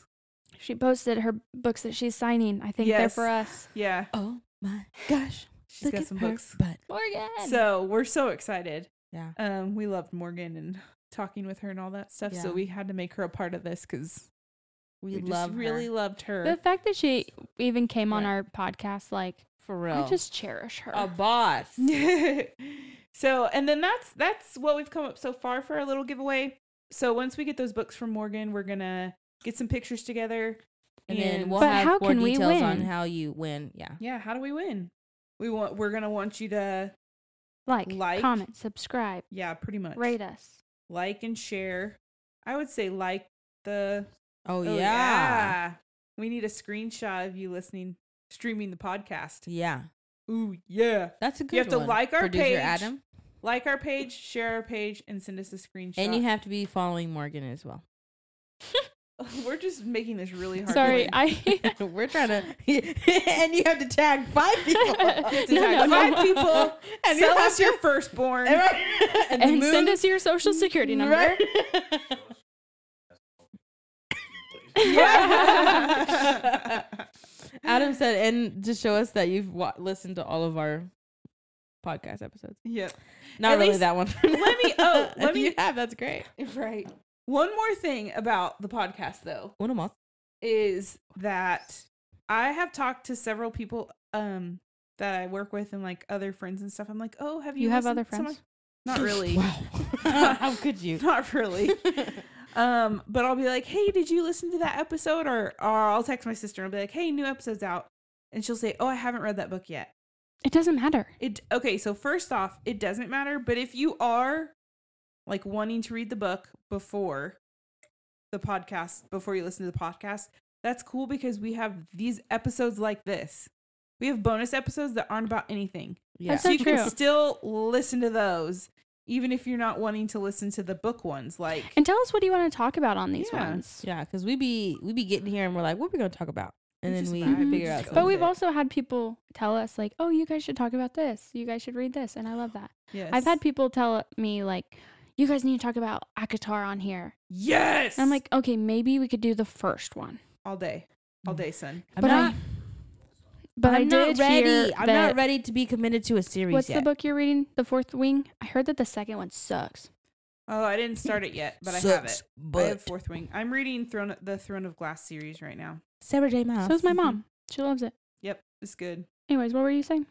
Speaker 4: She posted her books that she's signing. I think
Speaker 3: Yes.
Speaker 4: they're for us.
Speaker 3: Yeah.
Speaker 2: oh my gosh.
Speaker 3: She's
Speaker 2: Look
Speaker 3: got
Speaker 2: at
Speaker 3: some
Speaker 2: her
Speaker 3: books.
Speaker 2: butt.
Speaker 4: Morgan.
Speaker 3: So we're so excited.
Speaker 2: Yeah.
Speaker 3: Um, we loved Morgan and talking with her and all that stuff. So
Speaker 2: Yeah.
Speaker 3: we had to make her a part of this because
Speaker 2: We,
Speaker 3: we,
Speaker 2: love
Speaker 3: just really
Speaker 2: her.
Speaker 3: loved her.
Speaker 4: the fact that she even came on
Speaker 2: Right.
Speaker 4: our podcast, like
Speaker 2: for real.
Speaker 4: I just cherish her.
Speaker 2: a boss.
Speaker 3: so and then that's that's what we've come up so far for our little giveaway. So once we get those books from Morgan, we're gonna get some pictures together.
Speaker 2: And then we'll
Speaker 4: But
Speaker 2: have
Speaker 4: how
Speaker 2: more
Speaker 4: can we
Speaker 2: details on
Speaker 4: win?
Speaker 2: how you win. Yeah.
Speaker 3: yeah, how do we win? We want we're gonna want you to
Speaker 4: like,
Speaker 3: like-
Speaker 4: comment, subscribe,
Speaker 3: yeah, pretty much
Speaker 4: rate us.
Speaker 3: like and share. I would say like the
Speaker 2: Oh,
Speaker 3: Oh,
Speaker 2: yeah.
Speaker 3: We need a screenshot of you listening, streaming the podcast.
Speaker 2: Yeah.
Speaker 3: Ooh, yeah.
Speaker 2: That's a good
Speaker 3: You have to
Speaker 2: one.
Speaker 3: like our
Speaker 2: Producer
Speaker 3: page,
Speaker 2: Adam.
Speaker 3: Like our page, share our page, and send us a screenshot.
Speaker 2: And you have to be following Morgan as well.
Speaker 3: We're just making this really hard.
Speaker 4: Sorry,
Speaker 3: to
Speaker 4: I.
Speaker 2: We're trying to and you have to tag five people.
Speaker 4: No,
Speaker 3: no,
Speaker 4: no,
Speaker 3: five
Speaker 4: no.
Speaker 3: people.
Speaker 2: and
Speaker 3: Sell
Speaker 2: you have
Speaker 3: us your firstborn.
Speaker 2: to- and, the
Speaker 4: and send
Speaker 2: moon-
Speaker 4: us your social security number.
Speaker 2: Right?
Speaker 3: Yeah.
Speaker 2: Adam said, and to show us that you've wa- listened to all of our podcast episodes.
Speaker 3: Yep.
Speaker 2: Not
Speaker 3: At
Speaker 2: really
Speaker 3: least-
Speaker 2: that one.
Speaker 3: let me- oh,
Speaker 2: If
Speaker 3: let me-
Speaker 2: you have. That's great.
Speaker 3: Right. One more thing about the podcast, though.
Speaker 2: One a month.
Speaker 3: is that I have talked to several people um that I work with and like other friends and stuff. I'm like, oh, have you?
Speaker 4: You have
Speaker 3: listened
Speaker 4: other
Speaker 3: to my-"
Speaker 4: friends?
Speaker 3: Not really.
Speaker 2: Wow. How could you?
Speaker 3: Not really. um, but I'll be like, hey, did you listen to that episode? Or or I'll text my sister and I'll be like, hey, new episode's out, and she'll say, oh, I haven't read that book yet.
Speaker 4: It doesn't matter.
Speaker 3: It okay. So first off, it doesn't matter. But if you are like wanting to read the book before the podcast, before you listen to the podcast, that's cool because we have these episodes like this. We have bonus episodes that aren't about anything,
Speaker 2: Yeah.
Speaker 4: That's
Speaker 3: so
Speaker 4: So
Speaker 3: you can
Speaker 4: true.
Speaker 3: still listen to those, even if you're not wanting to listen to the book ones. Like,
Speaker 4: And tell us what you want to talk about on these
Speaker 3: Yeah.
Speaker 4: ones.
Speaker 2: Yeah, because we be we be getting here and we're like, what are we gonna talk about? And
Speaker 3: We
Speaker 2: then
Speaker 3: just
Speaker 2: we
Speaker 3: vibe, we
Speaker 2: figure out.
Speaker 3: just go.
Speaker 2: something.
Speaker 4: But we've
Speaker 3: it.
Speaker 4: also had people tell us like, "Oh, you guys should talk about this. You guys should read this." And I love that.
Speaker 3: yes,
Speaker 4: I've had people tell me like, "You guys need to talk about Akatar on here."
Speaker 3: yes.
Speaker 4: And I'm like, "Okay, maybe we could do the first one."
Speaker 3: all day, all day, son.
Speaker 2: I'm
Speaker 4: but
Speaker 2: not,
Speaker 4: But
Speaker 2: I'm
Speaker 4: I
Speaker 2: not
Speaker 4: did
Speaker 2: ready.
Speaker 4: hear
Speaker 2: I'm
Speaker 4: that-
Speaker 2: not ready to be committed to a series
Speaker 4: What's
Speaker 2: yet.
Speaker 4: the book you're reading? The Fourth Wing. I heard that the second one sucks.
Speaker 3: Oh, I didn't start it yet, but I have it.
Speaker 2: Sucks,
Speaker 3: I have
Speaker 2: But
Speaker 3: Fourth Wing. I'm reading Throne, the Throne of Glass series right now.
Speaker 2: Sarah J. Maas.
Speaker 4: So is my
Speaker 2: mm-hmm.
Speaker 4: mom. She loves it.
Speaker 3: Yep, it's good.
Speaker 4: Anyways, what were you saying?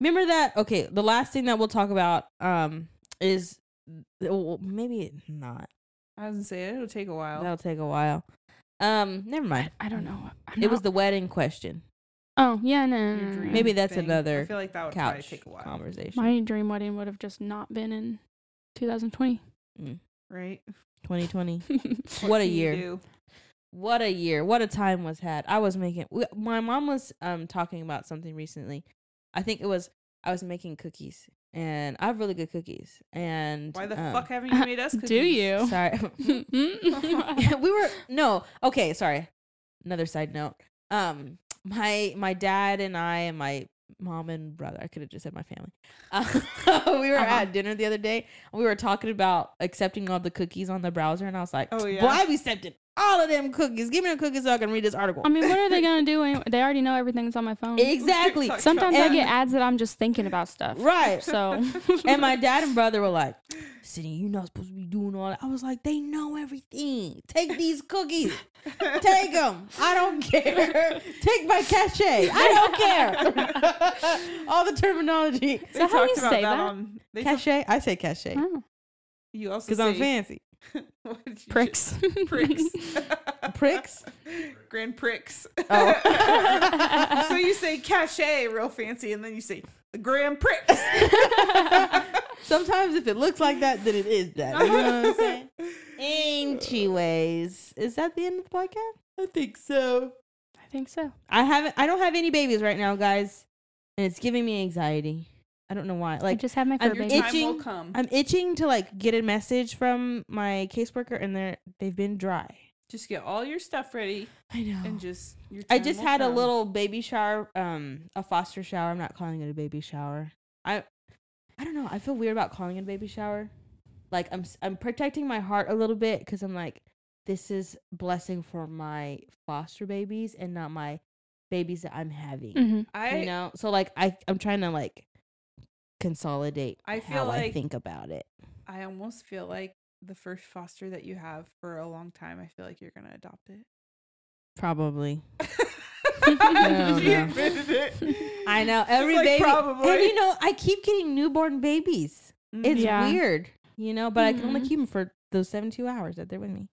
Speaker 2: Remember that? Okay, the last thing that we'll talk about um is oh, well, maybe not.
Speaker 3: I was gonna say it'll take a while.
Speaker 2: That'll take a while. Um, never mind.
Speaker 4: I don't know. I'm
Speaker 2: It was
Speaker 4: not-
Speaker 2: the wedding question.
Speaker 4: oh yeah no, no,
Speaker 3: Your
Speaker 4: no, no, no.
Speaker 3: dream
Speaker 2: Maybe that's
Speaker 3: I
Speaker 2: another
Speaker 3: feel like that would probably
Speaker 2: Couch
Speaker 3: take a while,
Speaker 2: conversation.
Speaker 4: My dream wedding would have just not been in 2020.
Speaker 2: Mm.
Speaker 3: right?
Speaker 2: 2020. What a
Speaker 3: can you
Speaker 2: year.
Speaker 3: do?
Speaker 2: what a year what a time was had i was making we- my mom was um talking about something recently i think it was i was making cookies and i have really good cookies and
Speaker 3: Why the
Speaker 2: um,
Speaker 3: fuck haven't you made us cookies?
Speaker 4: Do you?
Speaker 2: sorry we were no okay sorry another side note um my my dad and i and my mom and brother i could have just said my family uh, we were
Speaker 4: Uh-huh.
Speaker 2: at dinner the other day and we were talking about accepting all the cookies on the browser and i was like
Speaker 3: Oh, yeah.
Speaker 2: well i've accepted all of them cookies give me the cookies so i can read this article
Speaker 4: I mean, what are they gonna do? Anyway? They already know everything's on my phone.
Speaker 2: exactly
Speaker 3: TikTok.
Speaker 4: Sometimes I
Speaker 2: And-
Speaker 4: get ads that I'm just thinking about stuff.
Speaker 2: right
Speaker 4: So
Speaker 2: and my dad and brother were like, Sydney, you're not supposed to be doing all that. I was like, they know everything. Take these cookies. Take them. I don't care. Take my cachet. I don't care. all the terminology.
Speaker 3: They
Speaker 4: So how do
Speaker 3: talked
Speaker 4: you
Speaker 3: about
Speaker 4: say that?
Speaker 3: on- they talk-
Speaker 2: Cachet? I say cachet.
Speaker 4: Oh,
Speaker 3: you also
Speaker 2: Because I'm
Speaker 3: say-
Speaker 2: fancy.
Speaker 3: What did you just-
Speaker 4: pricks.
Speaker 3: Pricks.
Speaker 2: Pricks?
Speaker 3: Grand pricks.
Speaker 2: Oh.
Speaker 3: so you say cachet real fancy, and then you say the grand pricks.
Speaker 2: Sometimes if it looks like that, then it is that. You know what I'm saying? Anyways, is that the end of the podcast? I think so.
Speaker 4: I think so.
Speaker 2: I haven't. I don't have any babies right now, guys, and it's giving me anxiety. I don't know why.
Speaker 4: I
Speaker 2: Like,
Speaker 4: just had my
Speaker 2: I'm
Speaker 4: fur
Speaker 3: Your
Speaker 4: baby.
Speaker 2: itch-
Speaker 3: time
Speaker 2: Itching.
Speaker 3: will come.
Speaker 2: I'm itching to like get a message from my caseworker, and they're they've been dry.
Speaker 3: just get all your stuff ready
Speaker 2: I know.
Speaker 3: and just. Your
Speaker 2: I
Speaker 3: time
Speaker 2: just
Speaker 3: will
Speaker 2: had a
Speaker 3: come.
Speaker 2: little baby shower, um, a foster shower. I'm not calling it a baby shower. I, I don't know. I feel weird about calling it a baby shower. Like I'm, s- I'm protecting my heart a little bit because I'm like, this is blessing for my foster babies and not my babies that I'm having.
Speaker 4: hmm
Speaker 3: I
Speaker 2: you know so like i i'm trying to like consolidate
Speaker 3: I
Speaker 2: how
Speaker 3: feel
Speaker 2: i
Speaker 3: like-
Speaker 2: think about it
Speaker 3: I almost feel like the first foster that you have for a long time. I feel like you're gonna adopt it.
Speaker 2: probably
Speaker 3: She
Speaker 2: no.
Speaker 3: admitted it.
Speaker 2: i know
Speaker 3: She's
Speaker 2: every
Speaker 3: like,
Speaker 2: baby
Speaker 3: Probably.
Speaker 2: and you know i keep getting newborn babies
Speaker 3: Mm,
Speaker 2: it's
Speaker 4: Yeah.
Speaker 2: weird you know but i can only
Speaker 3: Mm-hmm.
Speaker 4: Mhm.
Speaker 2: keep them for those 72 hours that they're with me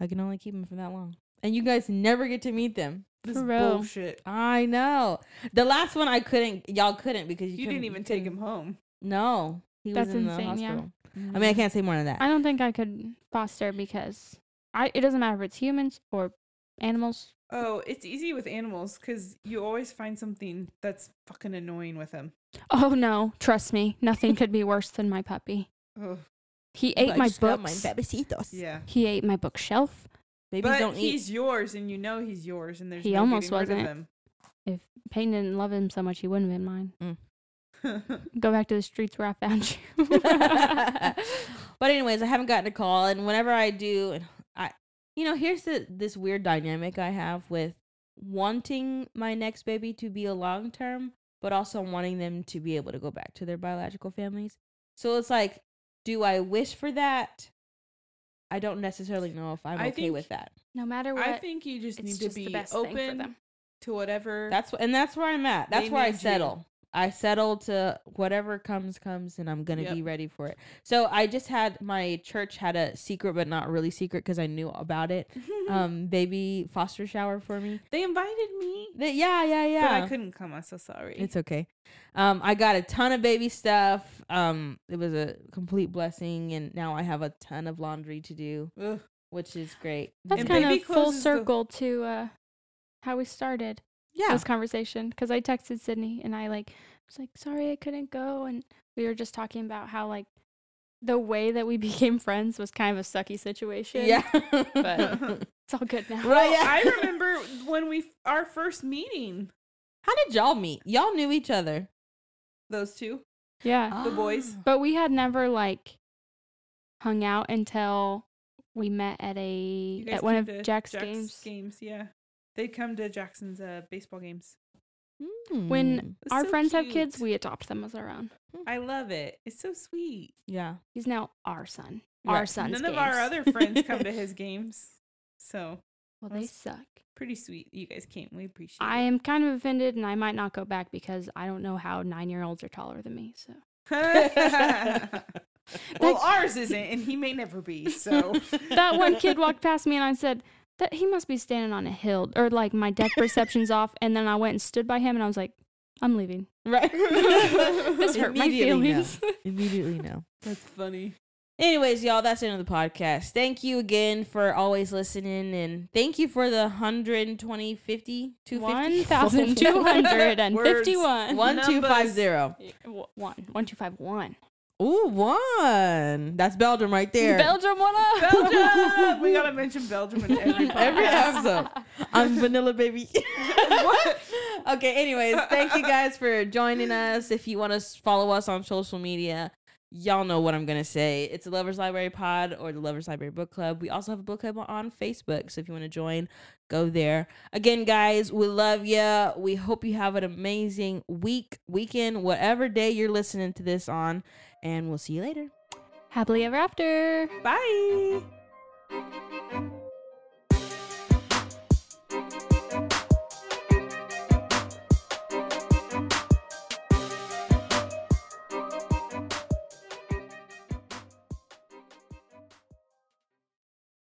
Speaker 2: i can only keep them for that long and you guys never get to meet them
Speaker 3: this
Speaker 4: For real.
Speaker 3: bullshit.
Speaker 2: i know the last one i couldn't y'all couldn't because you,
Speaker 3: You didn't
Speaker 2: couldn't-
Speaker 3: even
Speaker 2: you
Speaker 3: take
Speaker 2: couldn't-
Speaker 3: him home.
Speaker 2: no he
Speaker 4: That's
Speaker 2: was in the
Speaker 4: insane, yeah.
Speaker 2: hospital i
Speaker 3: Mm-hmm.
Speaker 2: mean i can't say more than that
Speaker 4: I don't think I could foster because I. It doesn't matter if it's humans or animals.
Speaker 3: Oh, it's easy with animals because you always find something that's fucking annoying with them.
Speaker 4: Oh no, trust me, nothing could be worse than my puppy.
Speaker 3: Oh,
Speaker 4: He ate
Speaker 2: I
Speaker 4: my
Speaker 2: just got
Speaker 4: books.
Speaker 2: my bebecitos.
Speaker 3: yeah.
Speaker 4: he ate my bookshelf.
Speaker 2: babies
Speaker 3: but
Speaker 2: don't eat
Speaker 3: he's yours, and you know he's yours, and there's
Speaker 4: He
Speaker 3: no
Speaker 4: almost
Speaker 3: getting rid of
Speaker 4: Peyton didn't love him so much he wouldn't have been mine.
Speaker 3: him.
Speaker 4: Go back to the streets where I found you.
Speaker 2: but anyways, I haven't gotten a call, and whenever I do, and I, you know, here's the this weird dynamic I have with wanting my next baby to be a long term, but also wanting them to be able to go back to their biological families. So it's like, do I wish for that? I don't necessarily know if I'm
Speaker 3: I
Speaker 2: okay
Speaker 3: think-
Speaker 2: with that.
Speaker 4: no matter what,
Speaker 3: I think you just
Speaker 4: it's
Speaker 3: need
Speaker 4: just
Speaker 3: to
Speaker 4: the
Speaker 3: be
Speaker 4: best thing for
Speaker 3: open
Speaker 4: them.
Speaker 3: to whatever.
Speaker 2: That's wh- and that's where I'm at. That's
Speaker 3: They
Speaker 2: where I
Speaker 3: need you.
Speaker 2: settle. I settle to whatever comes comes and I'm going to be
Speaker 3: Yep.
Speaker 2: ready for it. So I just had my church had a secret but not really secret cuz I knew about it. Um baby foster shower for me.
Speaker 3: they invited me,
Speaker 2: Th- yeah, yeah, yeah.
Speaker 3: but I couldn't come. I'm so sorry.
Speaker 2: It's okay. Um, I got a ton of baby stuff. Um, it was a complete blessing, and now I have a ton of laundry to do,
Speaker 3: Ugh.
Speaker 2: which is great.
Speaker 4: That's
Speaker 3: And
Speaker 4: kind
Speaker 3: baby
Speaker 4: of full
Speaker 3: clothes is the-
Speaker 4: circle to uh, how we started
Speaker 2: yeah.
Speaker 4: this conversation because I texted Sydney and I like was like sorry I couldn't go and we were just talking about how like the way that we became friends was kind of a sucky situation.
Speaker 2: Yeah.
Speaker 3: But-
Speaker 4: it's all good now.
Speaker 2: right. Yeah.
Speaker 3: I remember when we our first meeting.
Speaker 2: How did y'all meet? Y'all knew each other.
Speaker 3: Those two,
Speaker 2: Uh.
Speaker 4: Yeah,
Speaker 3: The boys.
Speaker 4: but we had never like hung out until we met at a
Speaker 3: You guys
Speaker 4: at one
Speaker 3: came
Speaker 4: of
Speaker 3: to
Speaker 4: Jack's, games.
Speaker 3: Games, yeah. They come to Jackson's uh, baseball games.
Speaker 4: When
Speaker 3: It's
Speaker 4: Our
Speaker 3: so
Speaker 4: friends have kids.
Speaker 3: cute.
Speaker 4: We adopt them as our own.
Speaker 3: I love it. It's so sweet.
Speaker 2: yeah,
Speaker 4: He's now our son.
Speaker 2: Right.
Speaker 4: Our son's
Speaker 3: None of our
Speaker 4: games.
Speaker 3: other friends come to his games, so
Speaker 4: Well, they
Speaker 3: ones.
Speaker 4: suck.
Speaker 3: pretty sweet. You guys came. We appreciate.
Speaker 4: I
Speaker 3: it.
Speaker 4: am kind of offended, and I might not go back because I don't know how nine-year-olds are taller than me. So
Speaker 3: well, ours isn't, and he may never be. So
Speaker 4: that one kid walked past me, and I said that he must be standing on a hill, or like my depth perception's off. And then I went and stood by him, and I was like, "I'm leaving.
Speaker 2: right.
Speaker 4: This hurt my
Speaker 2: Immediately no.
Speaker 4: feelings."
Speaker 2: Immediately no.
Speaker 3: that's funny.
Speaker 2: Anyways, y'all, that's the end of the podcast. Thank you again for always listening and thank you for the 120, 50, 250?
Speaker 4: 1,251.
Speaker 2: One, two, five,
Speaker 3: Numbers.
Speaker 2: zero.
Speaker 4: W- One. One, two, five, one.
Speaker 2: Ooh, one. That's Belgium right there.
Speaker 4: Belgium, what up?
Speaker 3: Belgium. we gotta mention Belgium in every podcast.
Speaker 2: Every episode. I'm Vanilla Baby. what? Okay, anyways, thank you guys for joining us. If you want to follow us on social media, y'all know what I'm going to say. It's the Lovers Library Pod or the Lovers Library Book Club. We also have a book club on Facebook. So if you want to join, go there. Again, guys, we love ya. We hope you have an amazing week, weekend, whatever day you're listening to this on. And we'll see you later.
Speaker 4: Happily ever after.
Speaker 3: Bye.
Speaker 2: Bye.